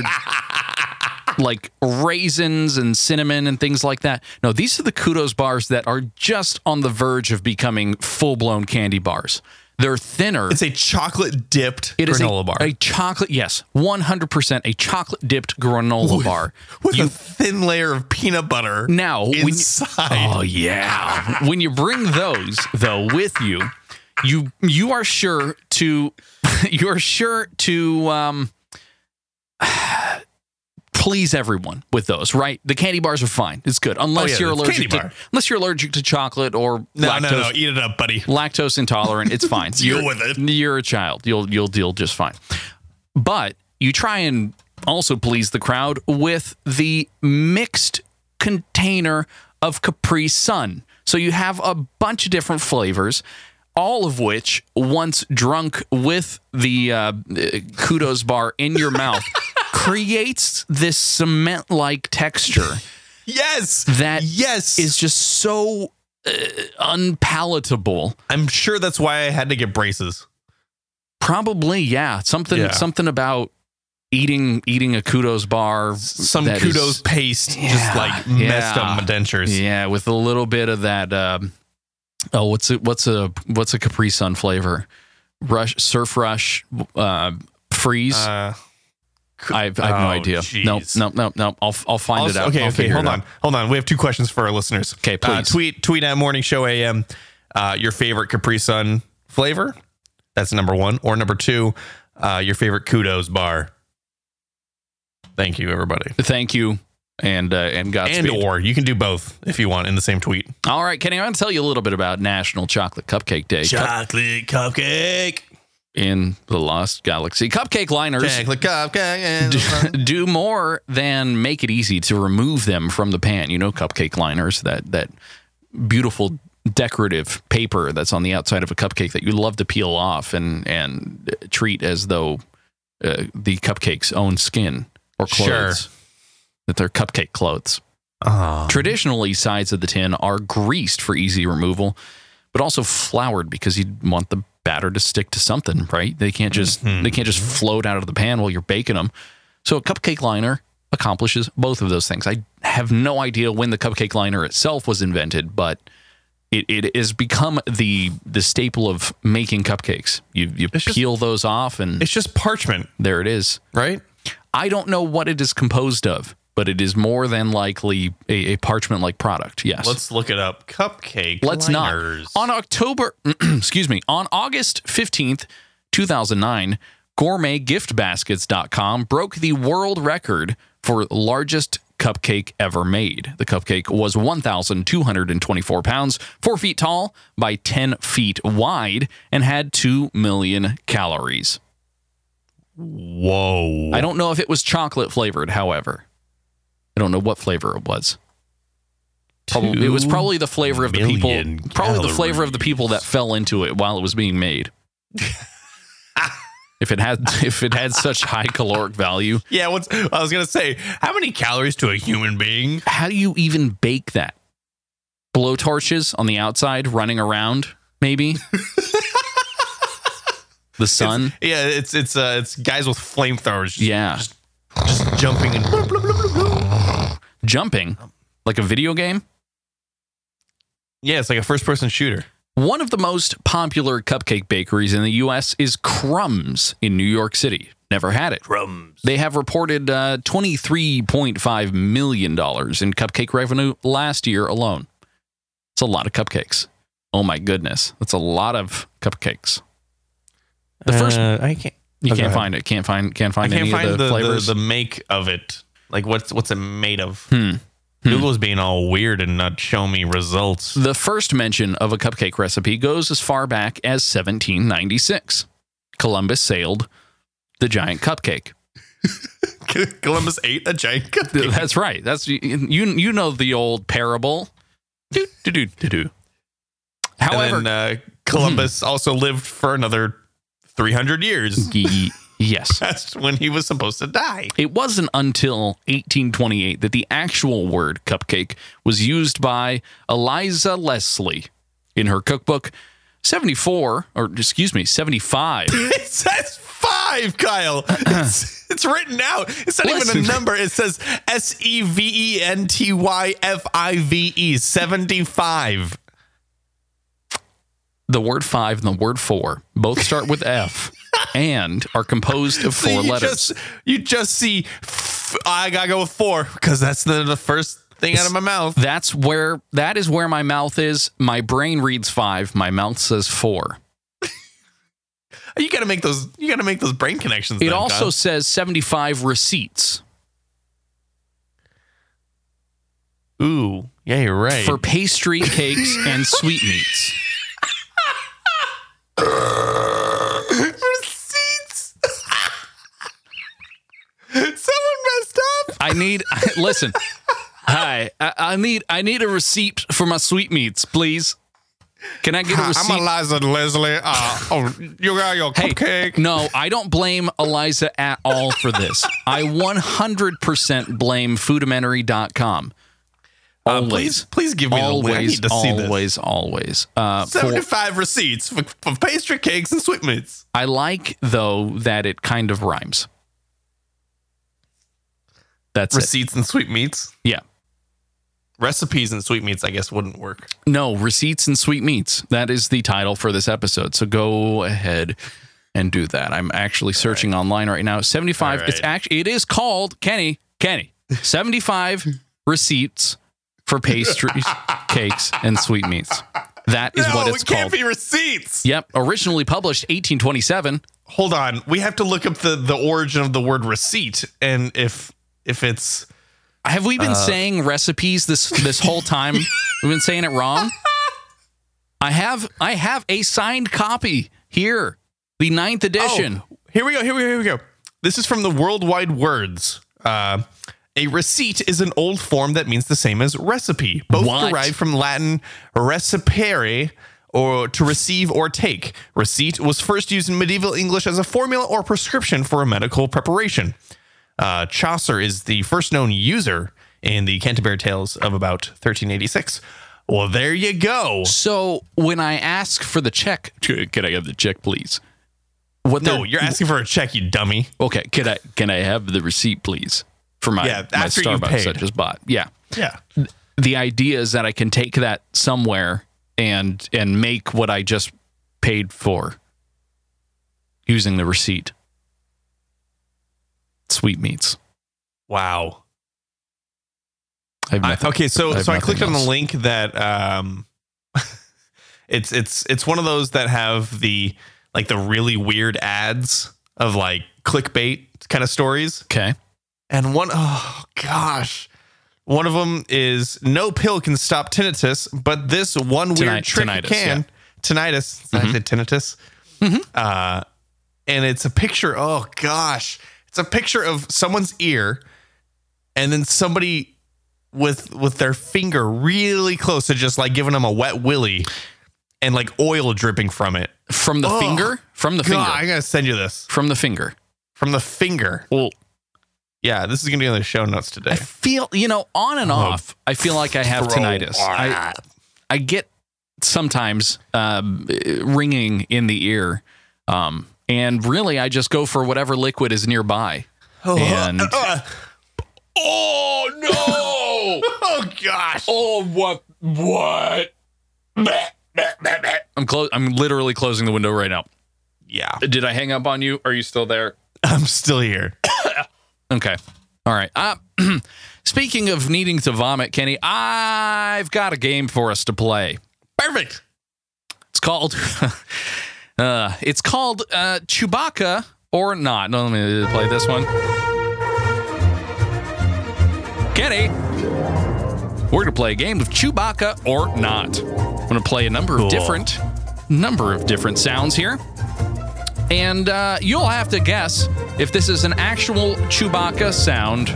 Speaker 3: like raisins and cinnamon and things like that. No, these are the kudos bars that are just on the verge of becoming full blown candy bars. They're thinner.
Speaker 4: It's a chocolate dipped
Speaker 3: It is
Speaker 4: granola
Speaker 3: a,
Speaker 4: bar
Speaker 3: a chocolate, yes, 100% a chocolate dipped granola bar.
Speaker 4: with
Speaker 3: You-
Speaker 4: a thin layer of peanut butter
Speaker 3: now, when you-
Speaker 4: inside.
Speaker 3: oh yeah, when you bring those though with you, you you are sure to *laughs* you are sure to um *sighs* please everyone with those, right? The candy bars are fine. It's good unless
Speaker 4: Oh, yeah,
Speaker 3: you're
Speaker 4: it's
Speaker 3: allergic
Speaker 4: candy
Speaker 3: to
Speaker 4: bar.
Speaker 3: unless you're allergic to chocolate or
Speaker 4: no,
Speaker 3: lactose
Speaker 4: no, no! Eat it up, buddy.
Speaker 3: lactose intolerant. It's fine.
Speaker 4: *laughs* Deal
Speaker 3: you're,
Speaker 4: with it.
Speaker 3: You're a child. You'll you'll deal just fine. But you try and also please the crowd with the mixed container of Capri Sun. So you have a bunch of different flavors, all of which, once drunk with the uh, kudos bar in your mouth,
Speaker 4: *laughs*
Speaker 3: creates this cement-like texture
Speaker 4: Yes,
Speaker 3: That
Speaker 4: yes
Speaker 3: is just so uh, unpalatable.
Speaker 4: I'm sure that's why I had to get braces.
Speaker 3: Probably, yeah. Something
Speaker 4: Yeah.
Speaker 3: something about eating eating a kudos bar.
Speaker 4: Some
Speaker 3: that
Speaker 4: kudos
Speaker 3: is-
Speaker 4: paste
Speaker 3: Yeah,
Speaker 4: just like messed
Speaker 3: yeah.
Speaker 4: up my dentures.
Speaker 3: yeah, with a little bit of that um oh what's it what's a what's a Capri Sun flavor? Rush surf rush uh freeze.
Speaker 4: Uh,
Speaker 3: I, I have no
Speaker 4: oh,
Speaker 3: idea. No,
Speaker 4: jeez.
Speaker 3: no, no, no. I'll I'll find it
Speaker 4: Also-
Speaker 3: out.
Speaker 4: Okay,
Speaker 3: I'll
Speaker 4: okay,
Speaker 3: figure
Speaker 4: hold
Speaker 3: it out.
Speaker 4: on, hold on. We have two questions for our listeners.
Speaker 3: Okay,
Speaker 4: Uh,
Speaker 3: please.
Speaker 4: tweet tweet at Morning Show AM uh, your favorite Capri Sun flavor. That's number one, or number two, uh, your favorite Kudos bar. Thank you, everybody.
Speaker 3: Thank you. And uh, and
Speaker 4: And
Speaker 3: Godspeed.
Speaker 4: or you can do both if you want in the same tweet.
Speaker 3: All right, Kenny, I'm going to tell you a little bit about National Chocolate Cupcake Day Cup-
Speaker 4: Chocolate cupcake,
Speaker 3: in the Lost Galaxy. Cupcake liners
Speaker 4: chocolate cupcake. *laughs*
Speaker 3: do, *laughs*
Speaker 4: and-
Speaker 3: do more than make it easy to remove them from the pan. You know, cupcake liners that that beautiful decorative paper that's on the outside of a cupcake that you love to peel off and and treat as though uh, the cupcake's own skin or
Speaker 4: Sure.
Speaker 3: clothes. That they're cupcake clothes.
Speaker 4: Oh,
Speaker 3: Traditionally, sides of the tin are greased for easy removal, but also floured because you want the batter to stick to something, right? They can't just
Speaker 4: Mm-hmm.
Speaker 3: they can't just float out of the pan while you're baking them. So a cupcake liner accomplishes both of those things. I have no idea when the cupcake liner itself was invented, but it, it has become the the staple of making cupcakes. You you
Speaker 4: just-
Speaker 3: peel those off and
Speaker 4: it's just parchment,
Speaker 3: there it is.
Speaker 4: right?
Speaker 3: I don't know what it is composed of, but it is more than likely a, a parchment like product. Yes.
Speaker 4: Let's look it up. Cupcake.
Speaker 3: Let's
Speaker 4: liners.
Speaker 3: *clears throat* not. On October, excuse me, on August 15th, 2009, gourmetgiftbaskets.com broke the world record for largest cupcake ever made. The cupcake was 1,224 pounds, 4 feet tall by 10 feet wide, and had 2 million calories.
Speaker 4: Whoa.
Speaker 3: I don't know if it was chocolate flavored, however. I don't know what flavor it was. Probably, it was
Speaker 4: Two
Speaker 3: probably the flavor of the people,
Speaker 4: million
Speaker 3: probably the flavor of the people that
Speaker 4: calories.
Speaker 3: fell into it while it was being
Speaker 4: *laughs*
Speaker 3: made. if it had if it had such high caloric value,
Speaker 4: Yeah, what's I was gonna say, how many calories to a human being?
Speaker 3: how do you even bake that? Blowtorches on the outside running around,
Speaker 4: *laughs*
Speaker 3: maybe? the sun?
Speaker 4: Yeah, it's it's uh it's guys with flamethrowers just,
Speaker 3: Yeah.
Speaker 4: just jumping and bloop, bloop, bloop, bloop, bloop.
Speaker 3: Jumping like a video game?
Speaker 4: Yeah, it's like a first person shooter.
Speaker 3: One of the most popular cupcake bakeries in the U.S. is Crumbs in New York City. Never had it.
Speaker 4: Crumbs.
Speaker 3: They have reported uh, $23.5 million in cupcake revenue last year alone. It's a lot of cupcakes. Oh my goodness. That's a lot of cupcakes. The first
Speaker 4: uh, I can't
Speaker 3: you
Speaker 5: okay.
Speaker 3: can't find it. Can't find can't
Speaker 4: I
Speaker 3: find
Speaker 4: can't
Speaker 3: any
Speaker 4: find
Speaker 3: of the,
Speaker 4: the, the,
Speaker 3: flavors.
Speaker 4: the make of it. Like what's what's it made of?
Speaker 3: Hmm.
Speaker 4: Google's being all weird and not showing me results. *laughs*
Speaker 3: The first mention of a cupcake recipe goes as far back as 1796. Columbus sailed the giant cupcake.
Speaker 4: Columbus ate a giant cupcake.
Speaker 3: That's right. That's you. You know the old parable. Do, do, do, do, do. *laughs* However, Hmm.
Speaker 4: and then, uh, Columbus also lived for another
Speaker 3: *laughs*
Speaker 4: 300 years.
Speaker 3: y- yes,
Speaker 4: *laughs* That's when he was supposed to die.
Speaker 3: it wasn't until 1828 that the actual word cupcake was used by Eliza Leslie in her cookbook. 74, or excuse me, 75.
Speaker 4: *laughs* It says five, Kyle.
Speaker 3: *laughs*
Speaker 4: It's, it's written out. It's not even
Speaker 3: Listen.
Speaker 4: a number. It says S E V E N T Y F I V E 75.
Speaker 3: the word five and the word four both start with F and are composed of
Speaker 4: *laughs* So
Speaker 3: four
Speaker 4: you
Speaker 3: letters.
Speaker 4: Just, you just see, f- I gotta go with four because that's the, the first thing out of my mouth.
Speaker 3: That's where that is where my mouth is. My brain reads five. My mouth says four.
Speaker 4: You gotta make those. You gotta make those brain connections.
Speaker 3: It
Speaker 4: then,
Speaker 3: also
Speaker 4: Kyle.
Speaker 3: says seventy-five receipts
Speaker 4: Ooh, yeah, you're right. *laughs*
Speaker 3: for pastry, cakes, and sweetmeats.
Speaker 4: receipts. *laughs* Someone messed up.
Speaker 3: I need *laughs* listen. Hi, I, I need I need a receipt for my sweetmeats, please. Can I get a receipt?
Speaker 4: Eliza Leslie. *laughs* Uh, oh, you got your
Speaker 3: Hey, No, I don't blame Eliza at all for this. I 100% blame foodimentary.com. Uh, Always.
Speaker 4: Uh, please, please give me the link. I
Speaker 3: always,
Speaker 4: need to see this.
Speaker 3: always, always. Uh, for,
Speaker 4: Seventy-five receipts for, for pastry cakes and sweetmeats.
Speaker 3: I like, though, that it kind of rhymes. That's it.
Speaker 4: Receipts and sweetmeats.
Speaker 3: Yeah.
Speaker 4: Recipes and sweetmeats, I guess, wouldn't work.
Speaker 3: No, receipts and sweetmeats. That is the title for this episode. So go ahead and do that. I'm actually searching online right now. 75.
Speaker 4: All
Speaker 3: It's
Speaker 4: right.
Speaker 3: actually it is called Kenny Kenny.
Speaker 4: *laughs*
Speaker 3: 75 receipts for pastries, cakes, and sweetmeats. That is
Speaker 4: no,
Speaker 3: what it's
Speaker 4: it can't
Speaker 3: called.
Speaker 4: be receipts.
Speaker 3: yep. Originally published 1827.
Speaker 4: Hold on, we have to look up the the origin of the word receipt, and if if it's
Speaker 3: Have we been
Speaker 4: Uh,
Speaker 3: saying recipes this this whole time?
Speaker 4: *laughs*
Speaker 3: We've been saying it wrong. I have I have a signed copy here, the ninth edition.
Speaker 4: Oh, here we go. Here we go. Here we go. This is from the Worldwide Words. Uh, a receipt is an old form that means the same as recipe. Both
Speaker 3: What?
Speaker 4: derived from Latin recipere, or to receive or take. Receipt was first used in medieval English as a formula or prescription for a medical preparation. Uh, Chaucer is the first known user in the Canterbury Tales of about 1386. Well, there you go.
Speaker 3: So when I ask for the check, can I have the check, please? What
Speaker 4: No,
Speaker 3: they're-
Speaker 4: you're asking for a check, you dummy.
Speaker 3: okay. Can I can I have the receipt, please, for my,
Speaker 4: Yeah,
Speaker 3: my
Speaker 4: after you
Speaker 3: Starbucks I
Speaker 4: paid.
Speaker 3: just bought? Yeah.
Speaker 4: Yeah.
Speaker 3: The idea is that I can take that somewhere and and make what I just paid for using the receipt. Sweetmeats.
Speaker 4: Wow.
Speaker 3: I have
Speaker 4: I-
Speaker 3: nothing-
Speaker 4: okay, so
Speaker 3: I have
Speaker 4: so I
Speaker 3: nothing
Speaker 4: clicked on
Speaker 3: else.
Speaker 4: the link *laughs* that um, it's it's it's one of those that have the like the really weird ads of like clickbait kind of stories.
Speaker 3: Okay.
Speaker 4: And one, oh gosh. One of them is no pill can stop tinnitus, but this one
Speaker 3: Tinni-
Speaker 4: weird trick
Speaker 3: tinnitus, Mm-hmm.
Speaker 4: can. Tinnitus. Did I say tinnitus? Uh, and it's a picture. Oh gosh. It's a picture of someone's ear and then somebody with with their finger really close to just like giving them a wet willy and like oil dripping from it.
Speaker 3: From the
Speaker 4: Oh,
Speaker 3: finger? From the
Speaker 4: God, I
Speaker 3: finger.
Speaker 4: gotta send you this.
Speaker 3: From the finger.
Speaker 4: From the finger.
Speaker 3: Well,
Speaker 4: Yeah, this is gonna be on the show notes today.
Speaker 3: I feel, you know, on
Speaker 4: Oh,
Speaker 3: and off, I feel like I have
Speaker 4: Bro,
Speaker 3: tinnitus. I, I get sometimes um, ringing in the ear. Um, and really, I just go for whatever liquid is nearby. And
Speaker 4: *laughs* Oh no! *laughs* oh gosh!
Speaker 3: oh, what? What? I'm close. I'm literally closing the window right now.
Speaker 4: Yeah,
Speaker 3: Did I hang up on you? Are you still there?
Speaker 4: I'm still here.
Speaker 3: Okay. All right. Uh, *clears throat* speaking of needing to vomit, Kenny, I've got a game for us to play.
Speaker 4: Perfect.
Speaker 3: It's called. *laughs* uh, it's called uh, Chewbacca or not. No, let me play this one. Kenny, we're gonna play a game of Chewbacca or not. I'm gonna play a number
Speaker 4: Cool.
Speaker 3: of different number of different sounds here, and uh, you'll have to guess if this is an actual Chewbacca sound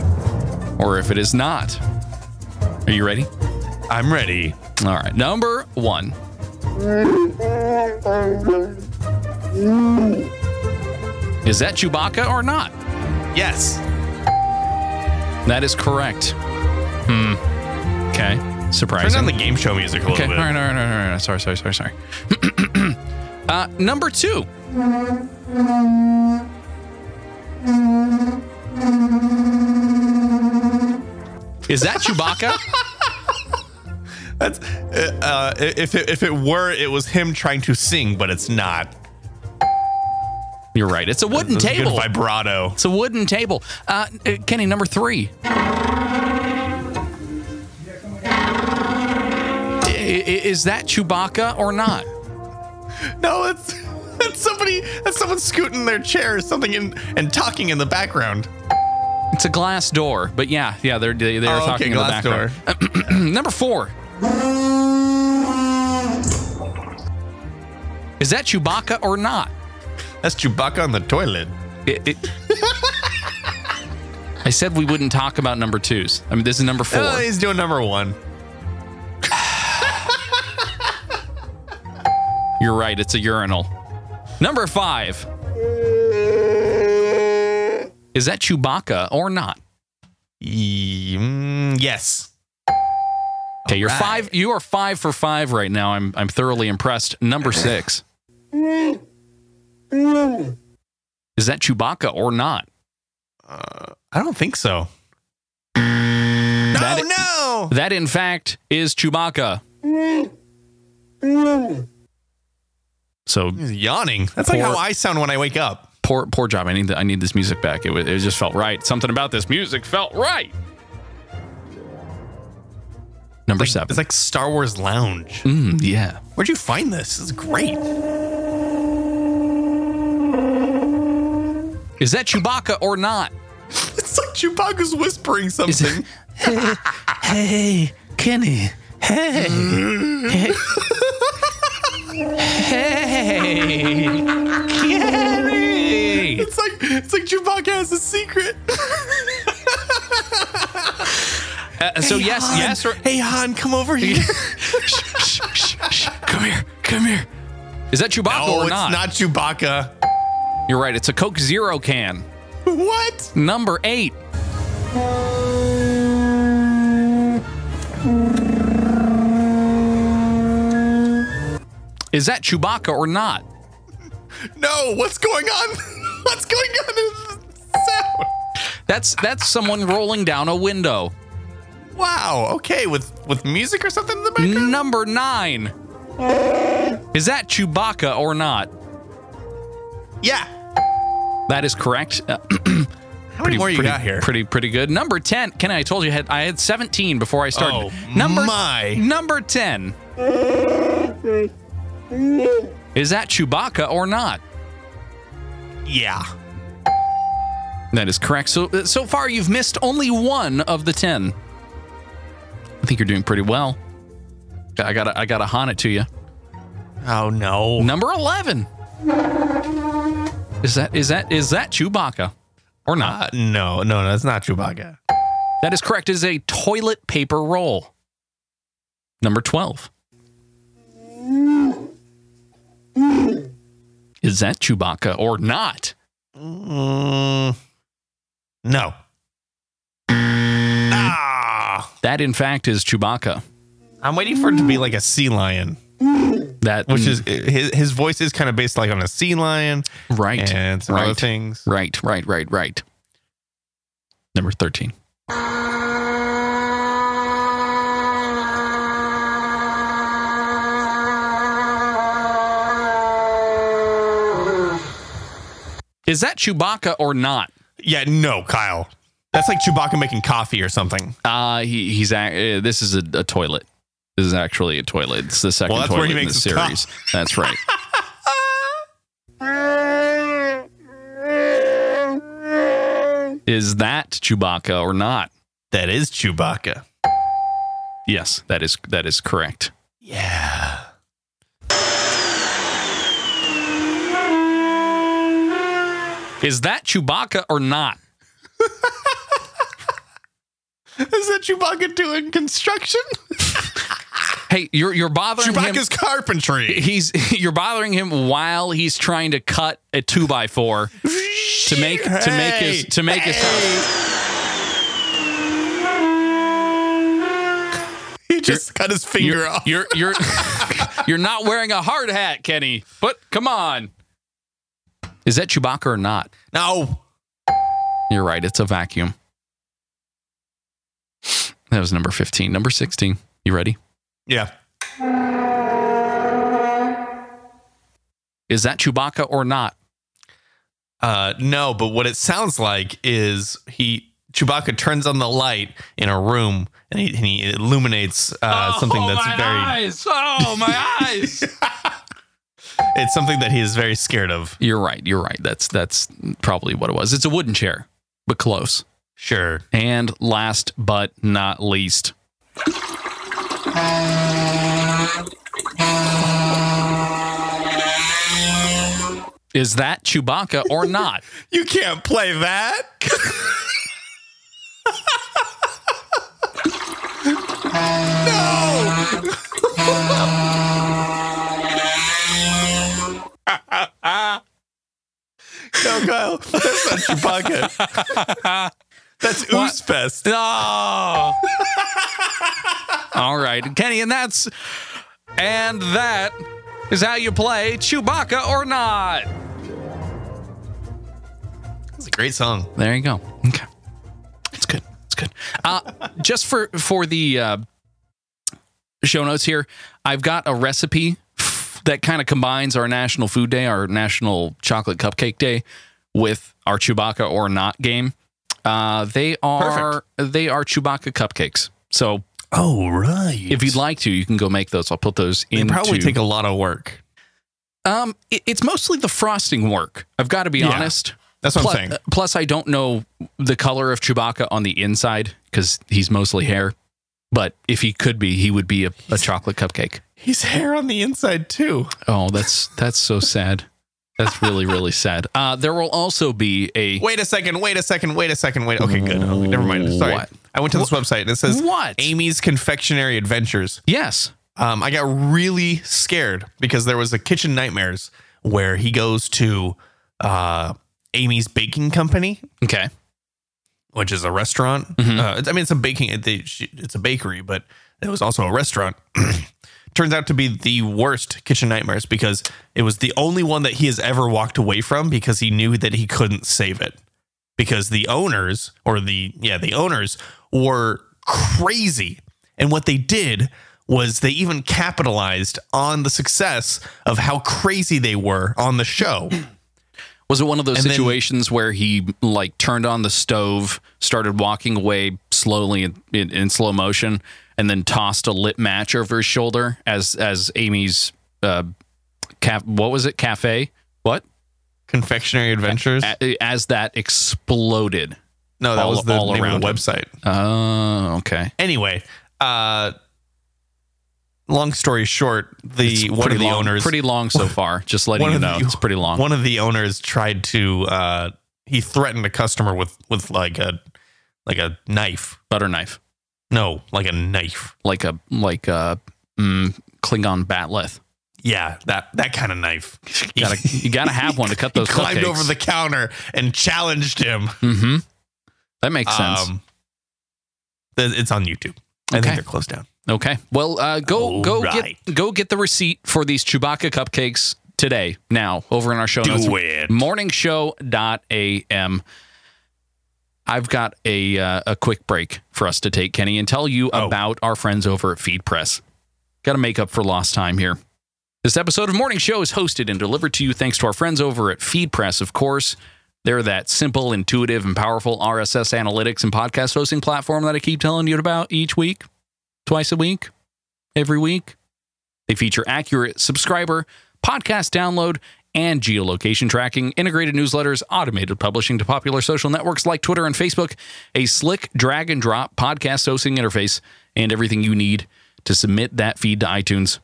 Speaker 3: or if it is not. Are you ready?
Speaker 4: I'm ready.
Speaker 3: All right, number one. Is that Chewbacca or not?
Speaker 4: Yes.
Speaker 3: That is correct. Hmm. Okay.
Speaker 4: Turn
Speaker 3: Surprising.
Speaker 4: on the game show music a little
Speaker 3: okay. All
Speaker 4: bit.
Speaker 3: right, all right, all right, all right, all right. Sorry, sorry, sorry, *clears throat* sorry. uh, number two. Is that
Speaker 4: *laughs*
Speaker 3: Chewbacca?
Speaker 4: That's uh, uh, if it, if it were, it was him trying to sing, but it's not.
Speaker 3: You're right. It's a wooden
Speaker 4: It was a
Speaker 3: table.
Speaker 4: Good vibrato.
Speaker 3: It's a wooden table. Uh, uh, Kenny, number three. I- i- Is that Chewbacca or not?
Speaker 4: No, it's *laughs* it's somebody. That's someone scooting their chair or something and and talking in the background.
Speaker 3: It's a glass door, but yeah, yeah, they're they, they're
Speaker 4: Oh,
Speaker 3: talking
Speaker 4: okay,
Speaker 3: in the
Speaker 4: glass
Speaker 3: background. *clears throat* number four. Is that Chewbacca or not?
Speaker 4: That's Chewbacca on the toilet.
Speaker 3: It,
Speaker 4: *laughs*
Speaker 3: it- I said we wouldn't talk about number twos. I mean, this is number four.
Speaker 4: Oh, he's doing number one.
Speaker 3: You're right. It's a urinal. Number five. Is that Chewbacca or not?
Speaker 4: E- mm, yes.
Speaker 3: Okay, you're
Speaker 4: All right.
Speaker 3: five. You are five for five right now. I'm I'm thoroughly impressed. Number six. Is that Chewbacca or not?
Speaker 4: I don't think so.
Speaker 3: That-
Speaker 4: Oh, no!
Speaker 3: That in fact is Chewbacca. So
Speaker 4: He's yawning. That's like
Speaker 3: Poor-
Speaker 4: how I sound when I wake up.
Speaker 3: poor poor job. I need the, I need this music back. It, wa- it just felt right. Something about this music felt right. Number
Speaker 4: Like,
Speaker 3: seven.
Speaker 4: It's like Star Wars Lounge.
Speaker 3: Mm, yeah.
Speaker 4: Where'd you find this? This is great.
Speaker 3: Is that Chewbacca or not?
Speaker 4: It's like Chewbacca's whispering
Speaker 3: Is
Speaker 4: something.
Speaker 3: it- *laughs* Hey, Kenny. Hey. Hey. Kenny.
Speaker 4: It's like it's like Chewbacca has a secret.
Speaker 3: Uh, so *laughs* yes,
Speaker 4: Han,
Speaker 3: yes or
Speaker 4: hey Han, come
Speaker 3: *laughs*
Speaker 4: over here.
Speaker 3: shh, shh, shh. Come here. Come here. Is that Chewbacca
Speaker 4: oh,
Speaker 3: or
Speaker 4: it's
Speaker 3: not?
Speaker 4: not Chewbacca.
Speaker 3: You're right. It's a Coke Zero can.
Speaker 4: What?
Speaker 3: Number 8. Is that Chewbacca or not?
Speaker 4: No, what's going on? *laughs* what's going on in the sound?
Speaker 3: That's that's someone rolling down a window.
Speaker 4: Wow, okay, with with music or something in the background?
Speaker 3: Number nine. Is that Chewbacca or not? Mm.
Speaker 4: Yeah.
Speaker 3: That is correct. Uh, *clears throat*
Speaker 4: How many more you
Speaker 3: pretty,
Speaker 4: got here?
Speaker 3: Pretty pretty good. Number ten. Kenny, I told you I had I had seventeen before I started.
Speaker 4: Oh,
Speaker 3: number
Speaker 4: my.
Speaker 3: number ten. Is that Chewbacca or not?
Speaker 4: Yeah.
Speaker 3: That is correct. So uh, so far you've missed only one of the 10. I think you're doing pretty well. I got to I got to hon it to you.
Speaker 4: Oh no.
Speaker 3: Number 11. Is that is that is that Chewbacca or not?
Speaker 4: Uh, no, no, no, that's not Chewbacca.
Speaker 3: that is correct. It is a toilet paper roll. Number 12. Is that Chewbacca or not?
Speaker 4: Mm, no. Ah,
Speaker 3: That in fact is Chewbacca.
Speaker 4: I'm waiting for it to be like a sea lion,
Speaker 3: That mm,
Speaker 4: which is his, his voice is kind of based like on a sea lion
Speaker 3: right.
Speaker 4: and some other
Speaker 3: right.
Speaker 4: things.
Speaker 3: Right, right, right, right. Number 13. Is that Chewbacca or not?
Speaker 4: Yeah, no, Kyle. That's like Chewbacca making coffee or something.
Speaker 3: Uh, he, he's ac- uh, this is a, a toilet. This is actually a toilet. It's the second
Speaker 4: Well, that's
Speaker 3: toilet
Speaker 4: where he
Speaker 3: in the
Speaker 4: makes his
Speaker 3: series. That's
Speaker 4: *laughs*
Speaker 3: right. is that Chewbacca or not?
Speaker 4: That is Chewbacca.
Speaker 3: Yes, that is that is correct.
Speaker 4: Yeah.
Speaker 3: Is that Chewbacca or not?
Speaker 4: Is that Chewbacca doing construction?
Speaker 3: Hey, you're you're bothering
Speaker 4: Chewbacca's
Speaker 3: him.
Speaker 4: carpentry.
Speaker 3: He's *laughs* you're bothering him while he's trying to cut a two by
Speaker 4: *laughs*
Speaker 3: four to make to make his to make his.
Speaker 4: He just cut his finger
Speaker 3: You're
Speaker 4: off.
Speaker 3: you're you're, *laughs* you're not wearing a hard hat, Kenny. But come on, is that Chewbacca or not?
Speaker 4: no.
Speaker 3: You're right. It's a vacuum. That was number fifteen. Number sixteen. You ready?
Speaker 4: Yeah.
Speaker 3: Is that Chewbacca or not?
Speaker 4: Uh, no, but what it sounds like is he Chewbacca turns on the light in a room and he, and he illuminates uh, something that's
Speaker 3: Oh, my
Speaker 4: very
Speaker 3: eyes! Oh my eyes!
Speaker 4: *laughs* it's something that he is very scared of.
Speaker 3: You're right. You're right. That's that's probably what it was. It's a wooden chair, but close.
Speaker 4: Sure.
Speaker 3: And last but not least, is that Chewbacca or not?
Speaker 4: You can't play that. no. no, Kyle, that's not Chewbacca. That's
Speaker 3: What?
Speaker 4: Oozfest.
Speaker 3: No. *laughs* All right, Kenny, and that's and that is how you play Chewbacca or not.
Speaker 4: It's a great song.
Speaker 3: There you go. Okay, it's good. It's good. Uh, just for for the uh, show notes here, I've got a recipe that kind of combines our National Food Day, our National Chocolate Cupcake Day, with our Chewbacca or not game. Uh, they are they are Chewbacca cupcakes. So
Speaker 4: Oh, right.
Speaker 3: if you'd like to, you can go make those. I'll put those in.
Speaker 4: It'd probably take a lot of work.
Speaker 3: um, it- it's mostly the frosting work. I've got to be
Speaker 4: Yeah.
Speaker 3: honest.
Speaker 4: That's what
Speaker 3: plus,
Speaker 4: I'm saying.
Speaker 3: uh, plus, I don't know the color of Chewbacca on the inside because he's mostly hair. But if he could be, he would be a, a chocolate cupcake.
Speaker 4: He's hair on the inside too.
Speaker 3: Oh, that's that's so sad. That's really really sad. Uh, there will also be a
Speaker 4: Wait a second. Wait a second. Wait a second. Wait. Okay, good. Okay, never mind. Sorry.
Speaker 3: What?
Speaker 4: I went to this website and it says
Speaker 3: What?
Speaker 4: Amy's Confectionery Adventures.
Speaker 3: yes.
Speaker 4: Um, I got really scared because there was a Kitchen Nightmares where he goes to uh, Amy's Baking Company,
Speaker 3: Okay.
Speaker 4: which is a restaurant.
Speaker 3: Mm-hmm.
Speaker 4: Uh, it's- I mean, it's a baking. it- they- she- It's a bakery, but it was also a restaurant. *clears throat* Turns out to be the worst kitchen nightmares because it was the only one that he has ever walked away from because he knew that he couldn't save it because the owners or the yeah the owners were crazy and what they did was they even capitalized on the success of how crazy they were on
Speaker 3: *clears throat*
Speaker 4: the show
Speaker 3: Was it one of those
Speaker 4: And then-
Speaker 3: situations where he like turned on the stove, started walking away slowly in, in, in slow motion, and then tossed a lit match over his shoulder as as Amy's uh, caf- what was it cafe? What
Speaker 4: Confectionery Adventures.
Speaker 3: A- as that exploded.
Speaker 4: no, that
Speaker 3: all-
Speaker 4: was the
Speaker 3: all
Speaker 4: name of
Speaker 3: around
Speaker 4: the
Speaker 3: it.
Speaker 4: website.
Speaker 3: Oh, okay.
Speaker 4: Anyway, uh, long story short, the
Speaker 3: It's
Speaker 4: one
Speaker 3: pretty
Speaker 4: of the
Speaker 3: long,
Speaker 4: owners,
Speaker 3: pretty long
Speaker 4: *laughs*
Speaker 3: so far. Just letting
Speaker 4: One
Speaker 3: you
Speaker 4: of
Speaker 3: know,
Speaker 4: the-
Speaker 3: it's pretty long.
Speaker 4: one of the owners tried to uh, he threatened a customer with with like a like a knife.
Speaker 3: butter knife,
Speaker 4: No, like a knife.
Speaker 3: like a like a mm, Klingon batleth.
Speaker 4: Yeah, that that kind of knife.
Speaker 3: You
Speaker 4: *laughs*
Speaker 3: gotta, you gotta have one to cut
Speaker 4: He
Speaker 3: those.
Speaker 4: climbed
Speaker 3: cupcakes.
Speaker 4: over the counter and challenged him.
Speaker 3: Mm-hmm. That makes sense.
Speaker 4: Um, th- it's on YouTube. I
Speaker 3: Okay.
Speaker 4: think they're closed down.
Speaker 3: Okay. Well, uh, go
Speaker 4: All
Speaker 3: go
Speaker 4: right.
Speaker 3: get go get the receipt for these Chewbacca cupcakes today. Now over in our show
Speaker 4: Do
Speaker 3: notes,
Speaker 4: it.
Speaker 3: morningshow.am. I've got a uh, a quick break for us to take, Kenny, and tell you
Speaker 4: Oh.
Speaker 3: about our friends over at Feed Press. Got to make up for lost time here. This episode of Morning Show is hosted and delivered to you thanks to our friends over at Feed Press, of course. They're that simple, intuitive, and powerful RSS analytics and podcast hosting platform that I keep telling you about each week, twice a week, every week. They feature accurate subscriber, podcast download, and geolocation tracking, integrated newsletters, automated publishing to popular social networks like Twitter and Facebook, a slick drag and drop podcast hosting interface, and everything you need to submit that feed to iTunes.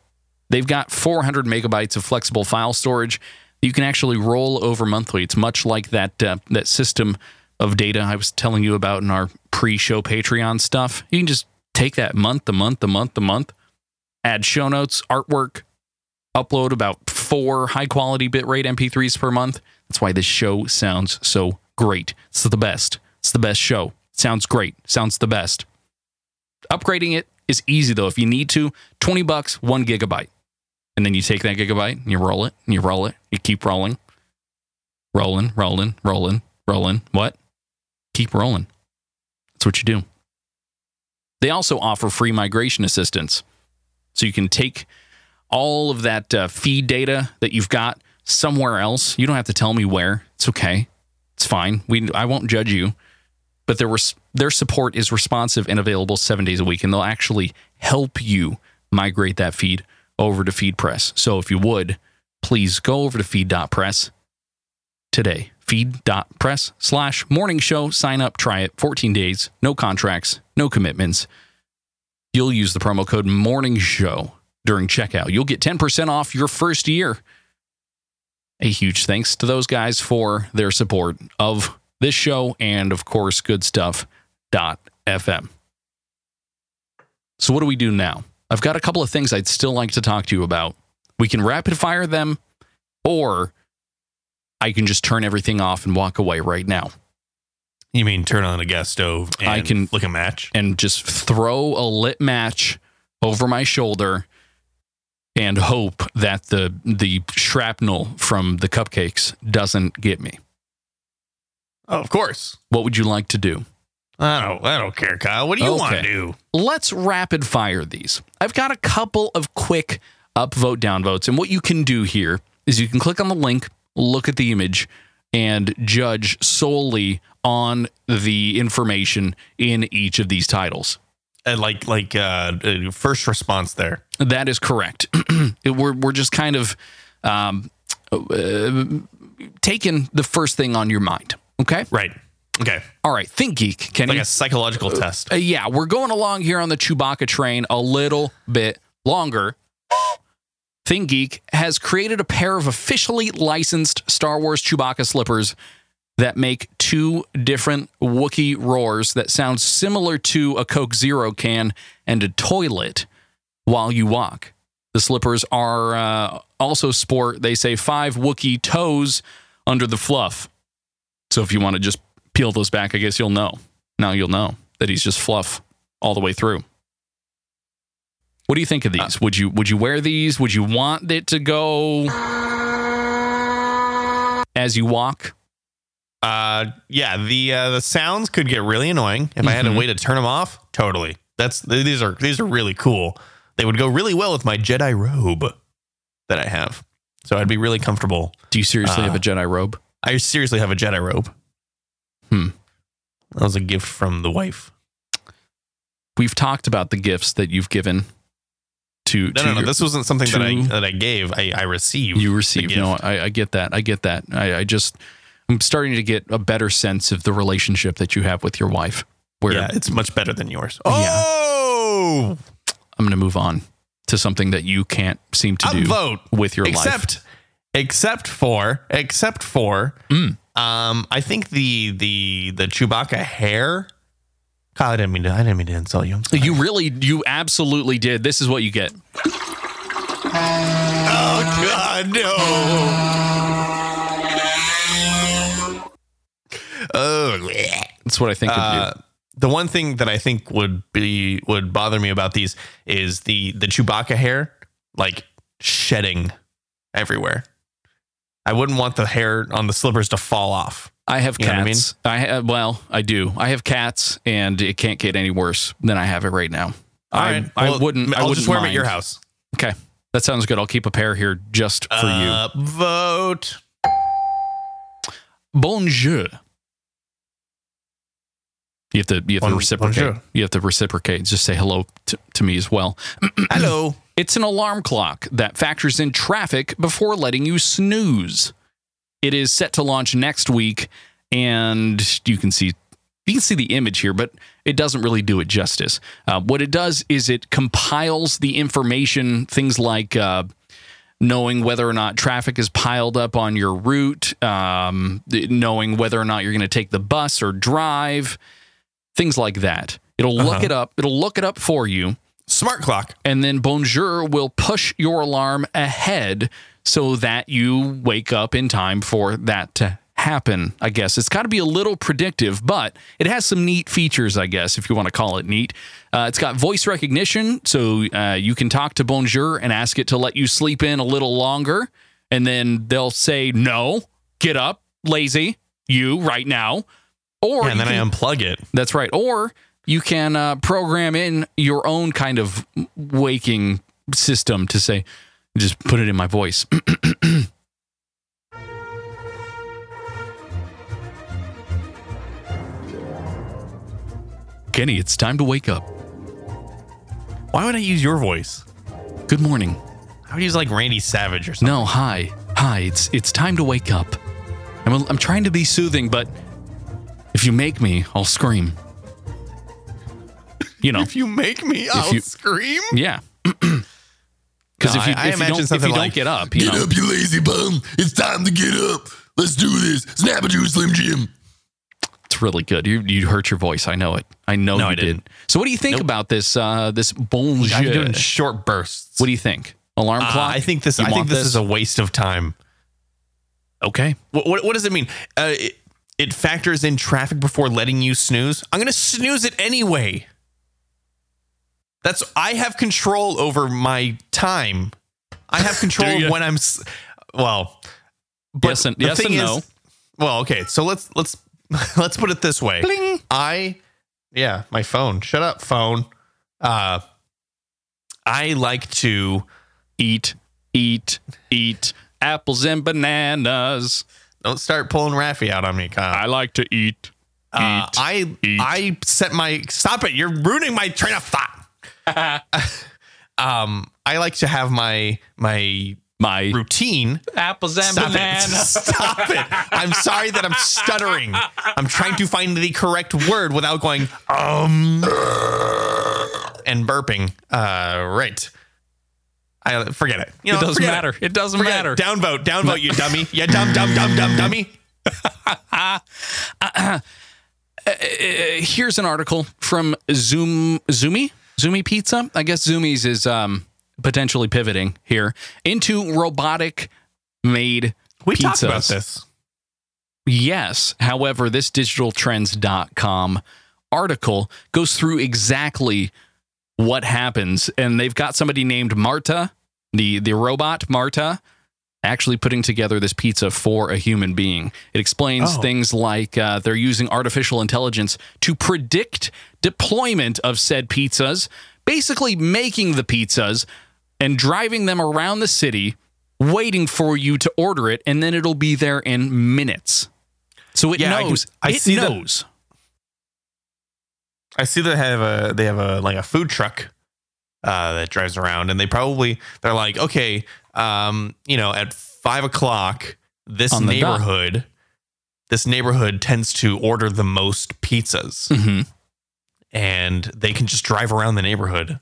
Speaker 3: They've got 400 megabytes of flexible file storage that you can actually roll over monthly. It's much like that uh, that system of data I was telling you about in our pre-show Patreon stuff. You can just take that month, the month, the month, the month, add show notes, artwork, upload about four high quality bitrate MP3s per month. That's why this show sounds so great. It's the best. It's the best show. sounds great. Sounds the best. Upgrading it is easy though. If you need to, 20 bucks, one gigabyte. And then you take that gigabyte and you roll it and you roll it. You keep rolling. Rolling, rolling, rolling, rolling. What? Keep rolling. That's what you do. They also offer free migration assistance. So you can take all of that uh, feed data that you've got somewhere else. You don't have to tell me where. It's okay. It's fine. We I won't judge you. But their res- their support is responsive and available seven days a week, and they'll actually help you migrate that feed over to FeedPress. So if you would, please go over to feed.press today. Feed.press slash morning show. Sign up, try it. 14 days, no contracts, no commitments you'll use the promo code morning show during checkout you'll get 10% off your first year a huge thanks to those guys for their support of this show and of course goodstuff.fm so what do we do now i've got a couple of things i'd still like to talk to you about we can rapid fire them or i can just turn everything off and walk away right now
Speaker 4: You mean turn on a gas stove? And
Speaker 3: I can-
Speaker 4: flick a match.
Speaker 3: and just throw a lit match over my shoulder and hope that the the shrapnel from the cupcakes doesn't get me.
Speaker 4: Oh, of course.
Speaker 3: What would you like to do?
Speaker 4: I don't. I don't care, Kyle. What do you want to
Speaker 3: Okay.
Speaker 4: do?
Speaker 3: Let's rapid fire these. I've got a couple of quick upvote downvotes and what you can do here is you can click on the link, look at the image and judge solely on the information in each of these titles.
Speaker 4: Uh, like like uh, uh, first response there.
Speaker 3: That is correct. *clears throat* It- we're we're just kind of um, uh, taking the first thing on your mind. Okay.
Speaker 4: Right. Okay.
Speaker 3: All right. Think geek, Kenny.
Speaker 4: Like a psychological test.
Speaker 3: Uh, yeah, we're going along here on the Chewbacca train a little bit longer. Think Geek has created a pair of officially licensed Star Wars Chewbacca slippers that make two different Wookiee roars that sound similar to a Coke Zero can and a toilet while you walk. The slippers are uh, also sport, they say, five Wookiee toes under the fluff. So if you want to just peel those back, I guess you'll know. Now you'll know that he's just fluff all the way through. What do you think of these?
Speaker 4: Uh,
Speaker 3: would you would you wear these? Would you want it to go as you walk?
Speaker 4: Uh, yeah. The uh, the sounds could get really annoying if I had a
Speaker 3: Mhm.
Speaker 4: way to turn them off. Totally. That's th- these are these are really cool. They would go really well with my Jedi robe that I have. So I'd be really comfortable.
Speaker 3: Do you seriously
Speaker 4: Uh,
Speaker 3: have a Jedi robe?
Speaker 4: I seriously have a Jedi robe.
Speaker 3: Hmm.
Speaker 4: That was a gift from the wife.
Speaker 3: We've talked about the gifts that you've given to
Speaker 4: No,
Speaker 3: to
Speaker 4: no, no.
Speaker 3: your-
Speaker 4: This wasn't something that I
Speaker 3: two-
Speaker 4: that I gave. I, I received.
Speaker 3: you
Speaker 4: the
Speaker 3: receive.
Speaker 4: gift.
Speaker 3: No, I, I get that. I get that. I, I just I'm starting to get a better sense of the relationship that you have with your wife. Where
Speaker 4: yeah, it's much better than yours. Oh,
Speaker 3: Oh! I'm going to move on to something that you can't seem to
Speaker 4: I
Speaker 3: do
Speaker 4: vote
Speaker 3: with your life.
Speaker 4: except except for except for um I think the the the Chewbacca hair. Kyle, I didn't mean to. I didn't mean to insult you.
Speaker 3: You really, you absolutely did. This is what you get.
Speaker 4: Oh God, no. Oh. bleh.
Speaker 3: That's what I think
Speaker 4: Uh,
Speaker 3: of you.
Speaker 4: the one thing that I think would be would bother me about these is the the Chewbacca hair like shedding everywhere. I wouldn't want the hair on the slippers to fall off.
Speaker 3: I have
Speaker 4: you know what I mean?
Speaker 3: cats. I, ha- well, I do. I have cats, and it can't get any worse than I have it right now. I, I
Speaker 4: Well,
Speaker 3: wouldn't. I
Speaker 4: I'll
Speaker 3: wouldn't
Speaker 4: just wear them at
Speaker 3: mind.
Speaker 4: your house
Speaker 3: Okay, that sounds good. I'll keep a pair here just for
Speaker 4: Uh, vote. *clears throat*
Speaker 3: you. Bonjour. You have to. You have to
Speaker 4: Bon-
Speaker 3: reciprocate.
Speaker 4: bonjour.
Speaker 3: You have to reciprocate. Just say hello to, to me as well.
Speaker 4: Hello.
Speaker 3: It's an alarm clock that factors in traffic before letting you snooze. It is set to launch next week, and you can see you can see the image here, but it doesn't really do it justice. Uh, what it does is it compiles the information, things like uh, knowing whether or not traffic is piled up on your route, um, th- knowing whether or not you're going to take the bus or drive, things like that. It'll look it up. It'll look it up for you
Speaker 4: Smart clock.
Speaker 3: and then Bonjour will push your alarm ahead so that you wake up in time for that to happen. I guess it's got to be a little predictive, but it has some neat features, I guess, if you want to call it neat. Uh, it's got voice recognition, so uh, you can talk to Bonjour and ask it to let you sleep in a little longer, and then they'll say, No, get up, lazy, you right now. Or
Speaker 4: and
Speaker 3: you
Speaker 4: then
Speaker 3: can-
Speaker 4: I unplug it.
Speaker 3: that's right. Or you can uh, program in your own kind of waking system to say, just put it in my voice. *clears throat* Kenny, it's time to wake up.
Speaker 4: Why would I use your voice?
Speaker 3: Good morning.
Speaker 4: I would use like Randy Savage or something.
Speaker 3: No, hi, hi. It's it's time to wake up. I'm I'm trying to be soothing, but if you make me, I'll scream. You know.
Speaker 4: you make me,
Speaker 3: you-
Speaker 4: scream.
Speaker 3: Yeah. *clears throat* Because
Speaker 4: No,
Speaker 3: if you,
Speaker 4: I- I
Speaker 3: if you don't,
Speaker 4: imagine
Speaker 3: if you
Speaker 4: something
Speaker 3: don't
Speaker 4: like,
Speaker 3: get up, you know,
Speaker 6: you lazy bum. It's time to get up. Let's do this. Snap at you, Slim Jim.
Speaker 3: it's really good. You you hurt your voice. I know it. I know
Speaker 4: No,
Speaker 3: you
Speaker 4: I
Speaker 3: did.
Speaker 4: didn't.
Speaker 3: So what do you think
Speaker 4: Nope.
Speaker 3: about this uh this
Speaker 4: I'm doing
Speaker 3: bonjour?
Speaker 4: short bursts.
Speaker 3: What do you think? Alarm
Speaker 4: Uh,
Speaker 3: clock?
Speaker 4: I think this.
Speaker 3: You
Speaker 4: I think
Speaker 3: want
Speaker 4: this, is a waste of time.
Speaker 3: okay.
Speaker 4: What, what, what does it mean? Uh, it, it factors in traffic before letting you snooze. I'm gonna snooze it anyway. That's I have control over my time. I
Speaker 3: *laughs*
Speaker 4: have control
Speaker 3: ya?
Speaker 4: of when I'm. s- Well, but
Speaker 3: Yes and-
Speaker 4: the
Speaker 3: yes
Speaker 4: thing
Speaker 3: and
Speaker 4: is-
Speaker 3: no.
Speaker 4: Well, okay. So let's let's *laughs* let's put it this way. I yeah, my phone. Shut up, phone. Uh, I like to.
Speaker 3: Eat, eat, eat apples and bananas.
Speaker 4: Don't start pulling Raffy out on me, Kyle.
Speaker 3: I like to eat.
Speaker 4: Uh,
Speaker 3: eat.
Speaker 4: I
Speaker 3: Eat.
Speaker 4: I set my stop it. You're ruining my train of thought.
Speaker 3: *laughs*
Speaker 4: um, I like to have my my
Speaker 3: my
Speaker 4: routine.
Speaker 3: apples and
Speaker 4: Stop it! *laughs* Stop it! I'm sorry that I'm stuttering. I'm trying to find the correct word without going um and burping. Uh, right. I forget it. You
Speaker 3: It
Speaker 4: know,
Speaker 3: doesn't
Speaker 4: forget
Speaker 3: matter. It doesn't
Speaker 4: Forget
Speaker 3: matter.
Speaker 4: It. Downvote.
Speaker 3: *laughs*
Speaker 4: Downvote. You dummy. You dumb dumb dumb dumb dummy.
Speaker 3: here's an article from Zoom Zoomy Zoomy Pizza. I guess Zoomies is um, potentially pivoting here into robotic made
Speaker 4: We
Speaker 3: pizzas.
Speaker 4: talked about this.
Speaker 3: Yes. However, this digitaltrends.com article goes through exactly what happens. And they've got somebody named Marta, the, the robot Marta, actually putting together this pizza for a human being. It explains
Speaker 4: Oh.
Speaker 3: things like uh, they're using artificial intelligence to predict deployment of said pizzas, basically making the pizzas and driving them around the city, waiting for you to order it, and then it'll be there in minutes. So it
Speaker 4: Yeah, I can-
Speaker 3: knows.
Speaker 4: I
Speaker 3: it
Speaker 4: see the-
Speaker 3: knows.
Speaker 4: I see they have a they have a like a food truck uh, that drives around, and they probably they're like, okay, um, you know, at five o'clock, this
Speaker 3: On the dot.
Speaker 4: neighborhood, this neighborhood tends to order the most pizzas,
Speaker 3: hmm
Speaker 4: and they can just drive around the neighborhood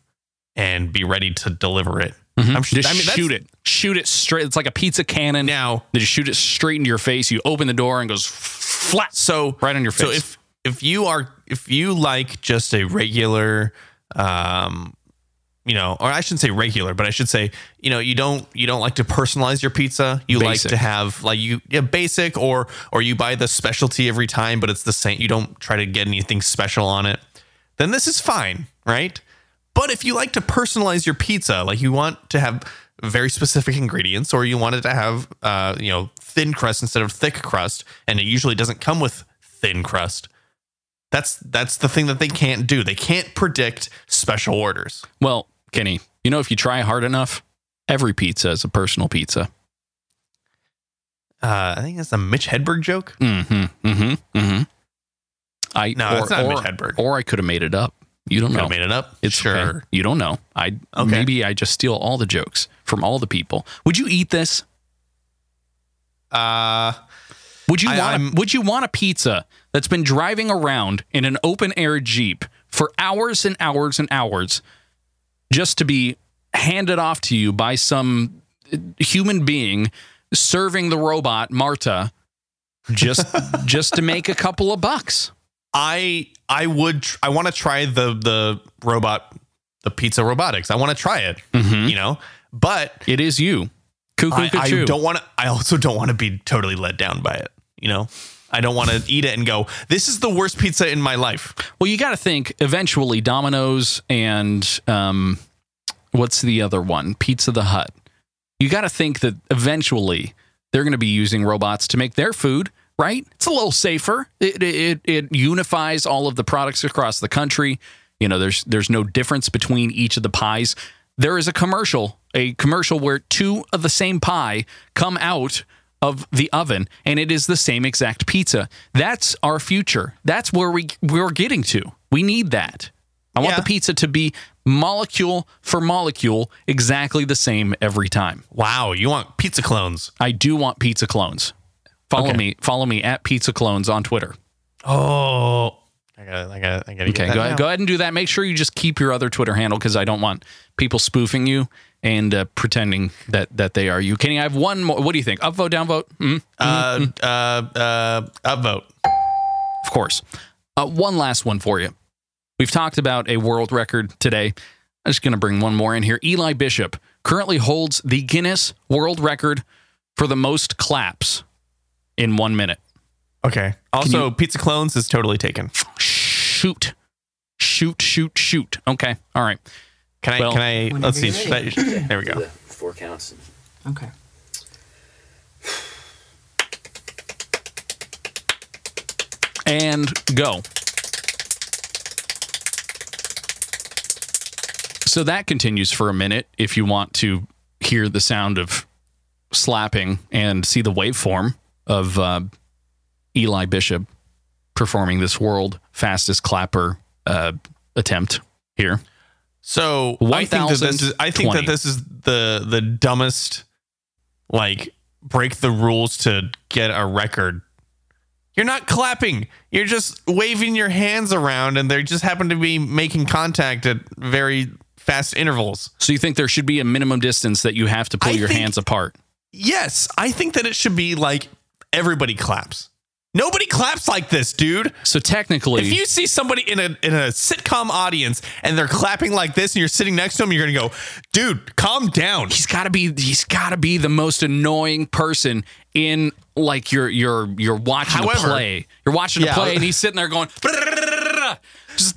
Speaker 4: and be ready to deliver it. I'm sh-
Speaker 3: Mm-hmm. just
Speaker 4: I mean, that's-
Speaker 3: shoot it. Shoot it straight. It's like a pizza cannon.
Speaker 4: Now,
Speaker 3: They just shoot it straight into your face. You open the door and it goes flat
Speaker 4: so
Speaker 3: right on your face.
Speaker 4: So if if you are if you like just a regular um you know, or I shouldn't say regular, but I should say, you know, you don't you don't like to personalize your pizza. You
Speaker 3: Basic.
Speaker 4: like to have like you yeah, basic or or you buy the specialty every time, but it's the same. You don't try to get anything special on it. Then this is fine, right? But if you like to personalize your pizza, like you want to have very specific ingredients, or you want it to have uh, you know thin crust instead of thick crust, and it usually doesn't come with thin crust. That's that's the thing that they can't do. They can't predict special orders.
Speaker 3: well, Kenny, you know if you try hard enough, every pizza is a personal pizza.
Speaker 4: Uh, I think that's a Mitch Hedberg joke.
Speaker 3: Mm-hmm. Mm-hmm. Mm-hmm. I
Speaker 4: No, it's not
Speaker 3: or,
Speaker 4: Mitch Hedberg.
Speaker 3: Or I could have made it up. You don't
Speaker 4: Could
Speaker 3: know.
Speaker 4: have made it up.
Speaker 3: It's sure. You don't know. I
Speaker 4: Okay.
Speaker 3: maybe I just steal all the jokes from all the people. Would you eat this?
Speaker 4: Uh,
Speaker 3: Would you
Speaker 4: I-
Speaker 3: want?
Speaker 4: I'm-
Speaker 3: A, would you want a pizza that's been driving around in an open air jeep for hours and hours and hours, just to be handed off to you by some human being serving the robot Marta,
Speaker 4: *laughs*
Speaker 3: just just to make a couple of bucks?
Speaker 4: I I would tr- I want to try the the robot the pizza robotics. I want to try it.
Speaker 3: Hmm?
Speaker 4: You know, but
Speaker 3: It is you, cuckoo,
Speaker 4: Mm-hmm. I, I
Speaker 3: cuckoo.
Speaker 4: don't want to. I also don't want to be totally let down by it. You know, I don't want to eat it and go, "This is the worst pizza in my life."
Speaker 3: Well, you got to think eventually Domino's and um, what's the other one? Pizza the Hut. You got to think that eventually they're going to be using robots to make their food, right? It's a little safer. It, it it unifies all of the products across the country. You know, there's there's no difference between each of the pies. There is a commercial, a commercial where two of the same pie come out of the oven and it is the same exact pizza. That's our future. That's where we we're getting to. We need that. I want
Speaker 4: Yeah.
Speaker 3: the pizza to be molecule for molecule exactly the same every time.
Speaker 4: Wow, you want pizza clones?
Speaker 3: I do want pizza clones. Follow
Speaker 4: Okay.
Speaker 3: me. Follow me at pizza clones on Twitter.
Speaker 4: Oh, I got, I got, I got.
Speaker 3: Okay, go ahead, go ahead and do that. Make sure you just keep your other Twitter handle because I don't want people spoofing you and uh, pretending that that they are you. Kenny, I have one more. What do you think? Upvote, downvote? Mm,
Speaker 4: Uh, uh, uh, upvote.
Speaker 3: of course. Uh, one last one for you. We've talked about a world record today. I'm just going to bring one more in here. Eli Bishop currently holds the Guinness World Record for the most claps in one minute.
Speaker 4: Okay. Also, pizza clones is totally taken.
Speaker 3: Shoot. Shoot, shoot, shoot. Okay. All right.
Speaker 4: Can I?
Speaker 3: Well-
Speaker 4: can I? Let's see.
Speaker 7: you're
Speaker 4: Should I, there we go.
Speaker 8: Four counts. And
Speaker 7: Okay.
Speaker 3: and go. So that continues for a minute if you want to hear the sound of slapping and see the waveform of uh, Eli Bishop performing this world fastest clapper uh, attempt here.
Speaker 4: So I think that this is. I think
Speaker 3: 1020.
Speaker 4: that this is the the dumbest. Like break the rules to get a record. You're not clapping. You're just waving your hands around, and they just happen to be making contact at very fast intervals.
Speaker 3: So you think there should be a minimum distance that you have to pull
Speaker 4: I
Speaker 3: your
Speaker 4: think-
Speaker 3: hands apart?
Speaker 4: Yes, I think that it should be like everybody claps. Nobody claps like this, dude.
Speaker 3: So technically,
Speaker 4: If you see somebody in a in a sitcom audience and they're clapping like this, and you're sitting next to them, you're gonna go, "Dude, calm
Speaker 3: *laughs*
Speaker 4: down."
Speaker 3: he's got to be he's got to be the most annoying person in like you're you're you're watching
Speaker 4: However-
Speaker 3: a play you're watching a
Speaker 4: Yeah.
Speaker 3: play and he's sitting there going "Brrrr."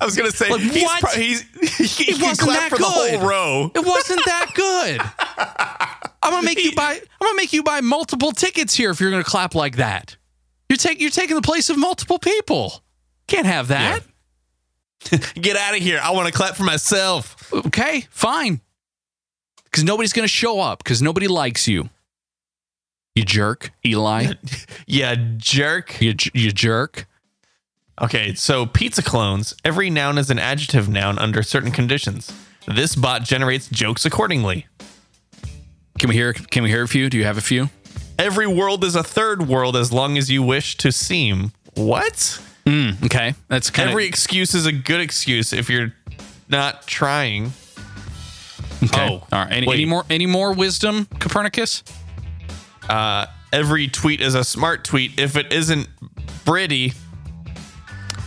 Speaker 4: I was gonna say,
Speaker 3: Like,
Speaker 4: he's
Speaker 3: what?
Speaker 4: pro- he's, *laughs* he
Speaker 3: It
Speaker 4: can
Speaker 3: wasn't that
Speaker 4: clap for the
Speaker 3: good.
Speaker 4: whole row.
Speaker 3: it wasn't that
Speaker 4: *laughs*
Speaker 3: good i'm gonna make you buy i'm gonna make you buy multiple tickets here if you're gonna clap like that you're taking you're taking the place of multiple people can't have that
Speaker 4: Get out of here! I want to clap for myself.
Speaker 3: okay fine because nobody's gonna show up because nobody likes you you jerk
Speaker 4: *laughs*
Speaker 3: eli
Speaker 4: Yeah, jerk.
Speaker 3: you, j- you jerk
Speaker 4: Okay, so pizza clones. Every noun is an adjective noun under certain conditions. This bot generates jokes accordingly.
Speaker 3: Can we hear? Can we hear a few? Do you have a few?
Speaker 4: Every world is a third world as long as you wish to seem. What?
Speaker 3: Okay, that's kind
Speaker 4: Mm. Every excuse is a good excuse if you're not trying.
Speaker 3: of okay.
Speaker 4: oh,
Speaker 3: All right. Any,
Speaker 4: wait.
Speaker 3: any more? Any more wisdom, Copernicus?
Speaker 4: Every tweet is a smart tweet if it isn't pretty.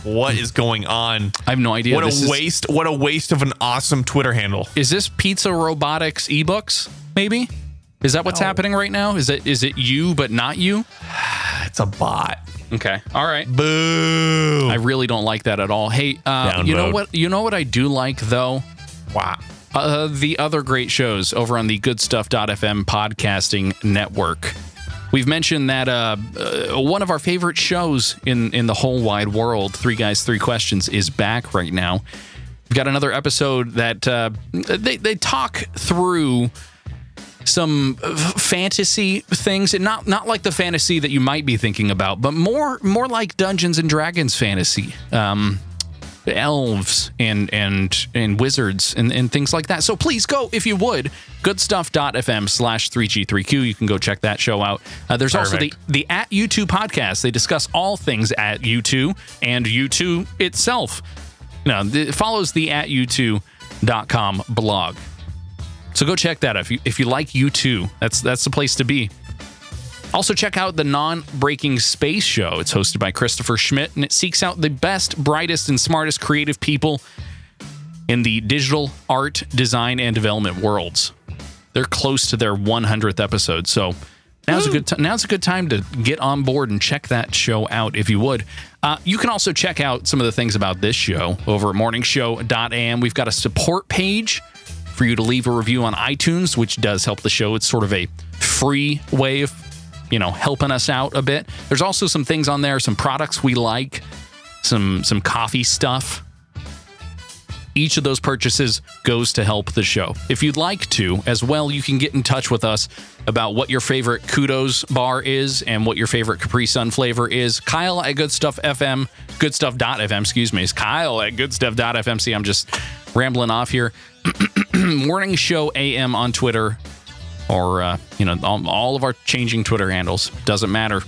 Speaker 4: What is going on?
Speaker 3: I have no idea.
Speaker 4: what a
Speaker 3: This is-
Speaker 4: waste! What a waste of an awesome Twitter handle.
Speaker 3: Is this Pizza Robotics ebooks? Maybe. Is that what's happening right now? Is it is it you but not you?
Speaker 4: It's a bot.
Speaker 3: Okay. All right.
Speaker 4: Boo!
Speaker 3: I really don't like that at all. Hey, uh, you know
Speaker 4: Downvote.
Speaker 3: what? You know what I do like though.
Speaker 4: wow.
Speaker 3: Uh, the other great shows over on the goodstuff.fm podcasting network. We've mentioned that uh, uh, one of our favorite shows in, in the whole wide world, Three Guys, Three Questions, is back right now. We've got another episode that uh, they, they talk through some uh, f- fantasy things and not not like the fantasy that you might be thinking about but more more like Dungeons and Dragons fantasy um elves and and and wizards and, and things like that so please go if you would goodstuff.fm slash 3g3q you can go check that show out uh, there's also
Speaker 4: Perfect.
Speaker 3: the the at u2 podcast they discuss all things at u2 and u2 itself no it follows the at u2.com blog so go check that out. if you if you like U2. That's that's the place to be. Also check out the Non-Breaking Space show. It's hosted by Christopher Schmidt and it seeks out the best, brightest and smartest creative people in the digital art, design and development worlds. They're close to their 100th episode. So Now's a good t- now's a good time to get on board and check that show out if you would. Uh, you can also check out some of the things about this show over at morningshow.am. We've got a support page for you to leave a review on iTunes, which does help the show. It's sort of a free way of, you know, helping us out a bit. There's also some things on there, some products we like, some some coffee stuff. Each of those purchases goes to help the show. If you'd like to, as well, you can get in touch with us about what your favorite kudos bar is and what your favorite Capri Sun flavor is. Kyle at Good Stuff FM, goodstuff.fm, excuse me, is Kyle at goodstuff.fm. See, I'm just rambling off here. *clears throat* Morning Show AM on Twitter or, uh, you know, all, all of our changing Twitter handles. Doesn't matter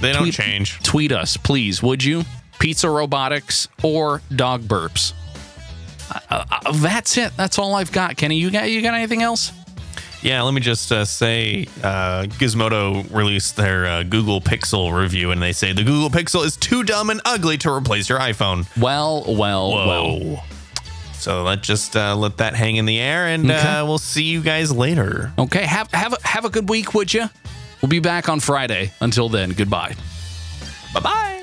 Speaker 4: They don't
Speaker 3: Tweet-
Speaker 4: change.
Speaker 3: tweet us, please, would you? Pizza robotics or dog burps. Uh, uh, that's it. That's all I've got. Kenny, you got you got anything else?
Speaker 4: Yeah, let me just uh, say uh, Gizmodo released their uh, Google Pixel review, and they say the Google Pixel is too dumb and ugly to replace your iPhone.
Speaker 3: Well, well, well.
Speaker 4: So let just uh, let that hang in the air, and
Speaker 3: Okay.
Speaker 4: uh, we'll see you guys later.
Speaker 3: Okay, have have a, have a good week, would you? We'll be back on Friday. Until then, goodbye.
Speaker 4: Bye bye.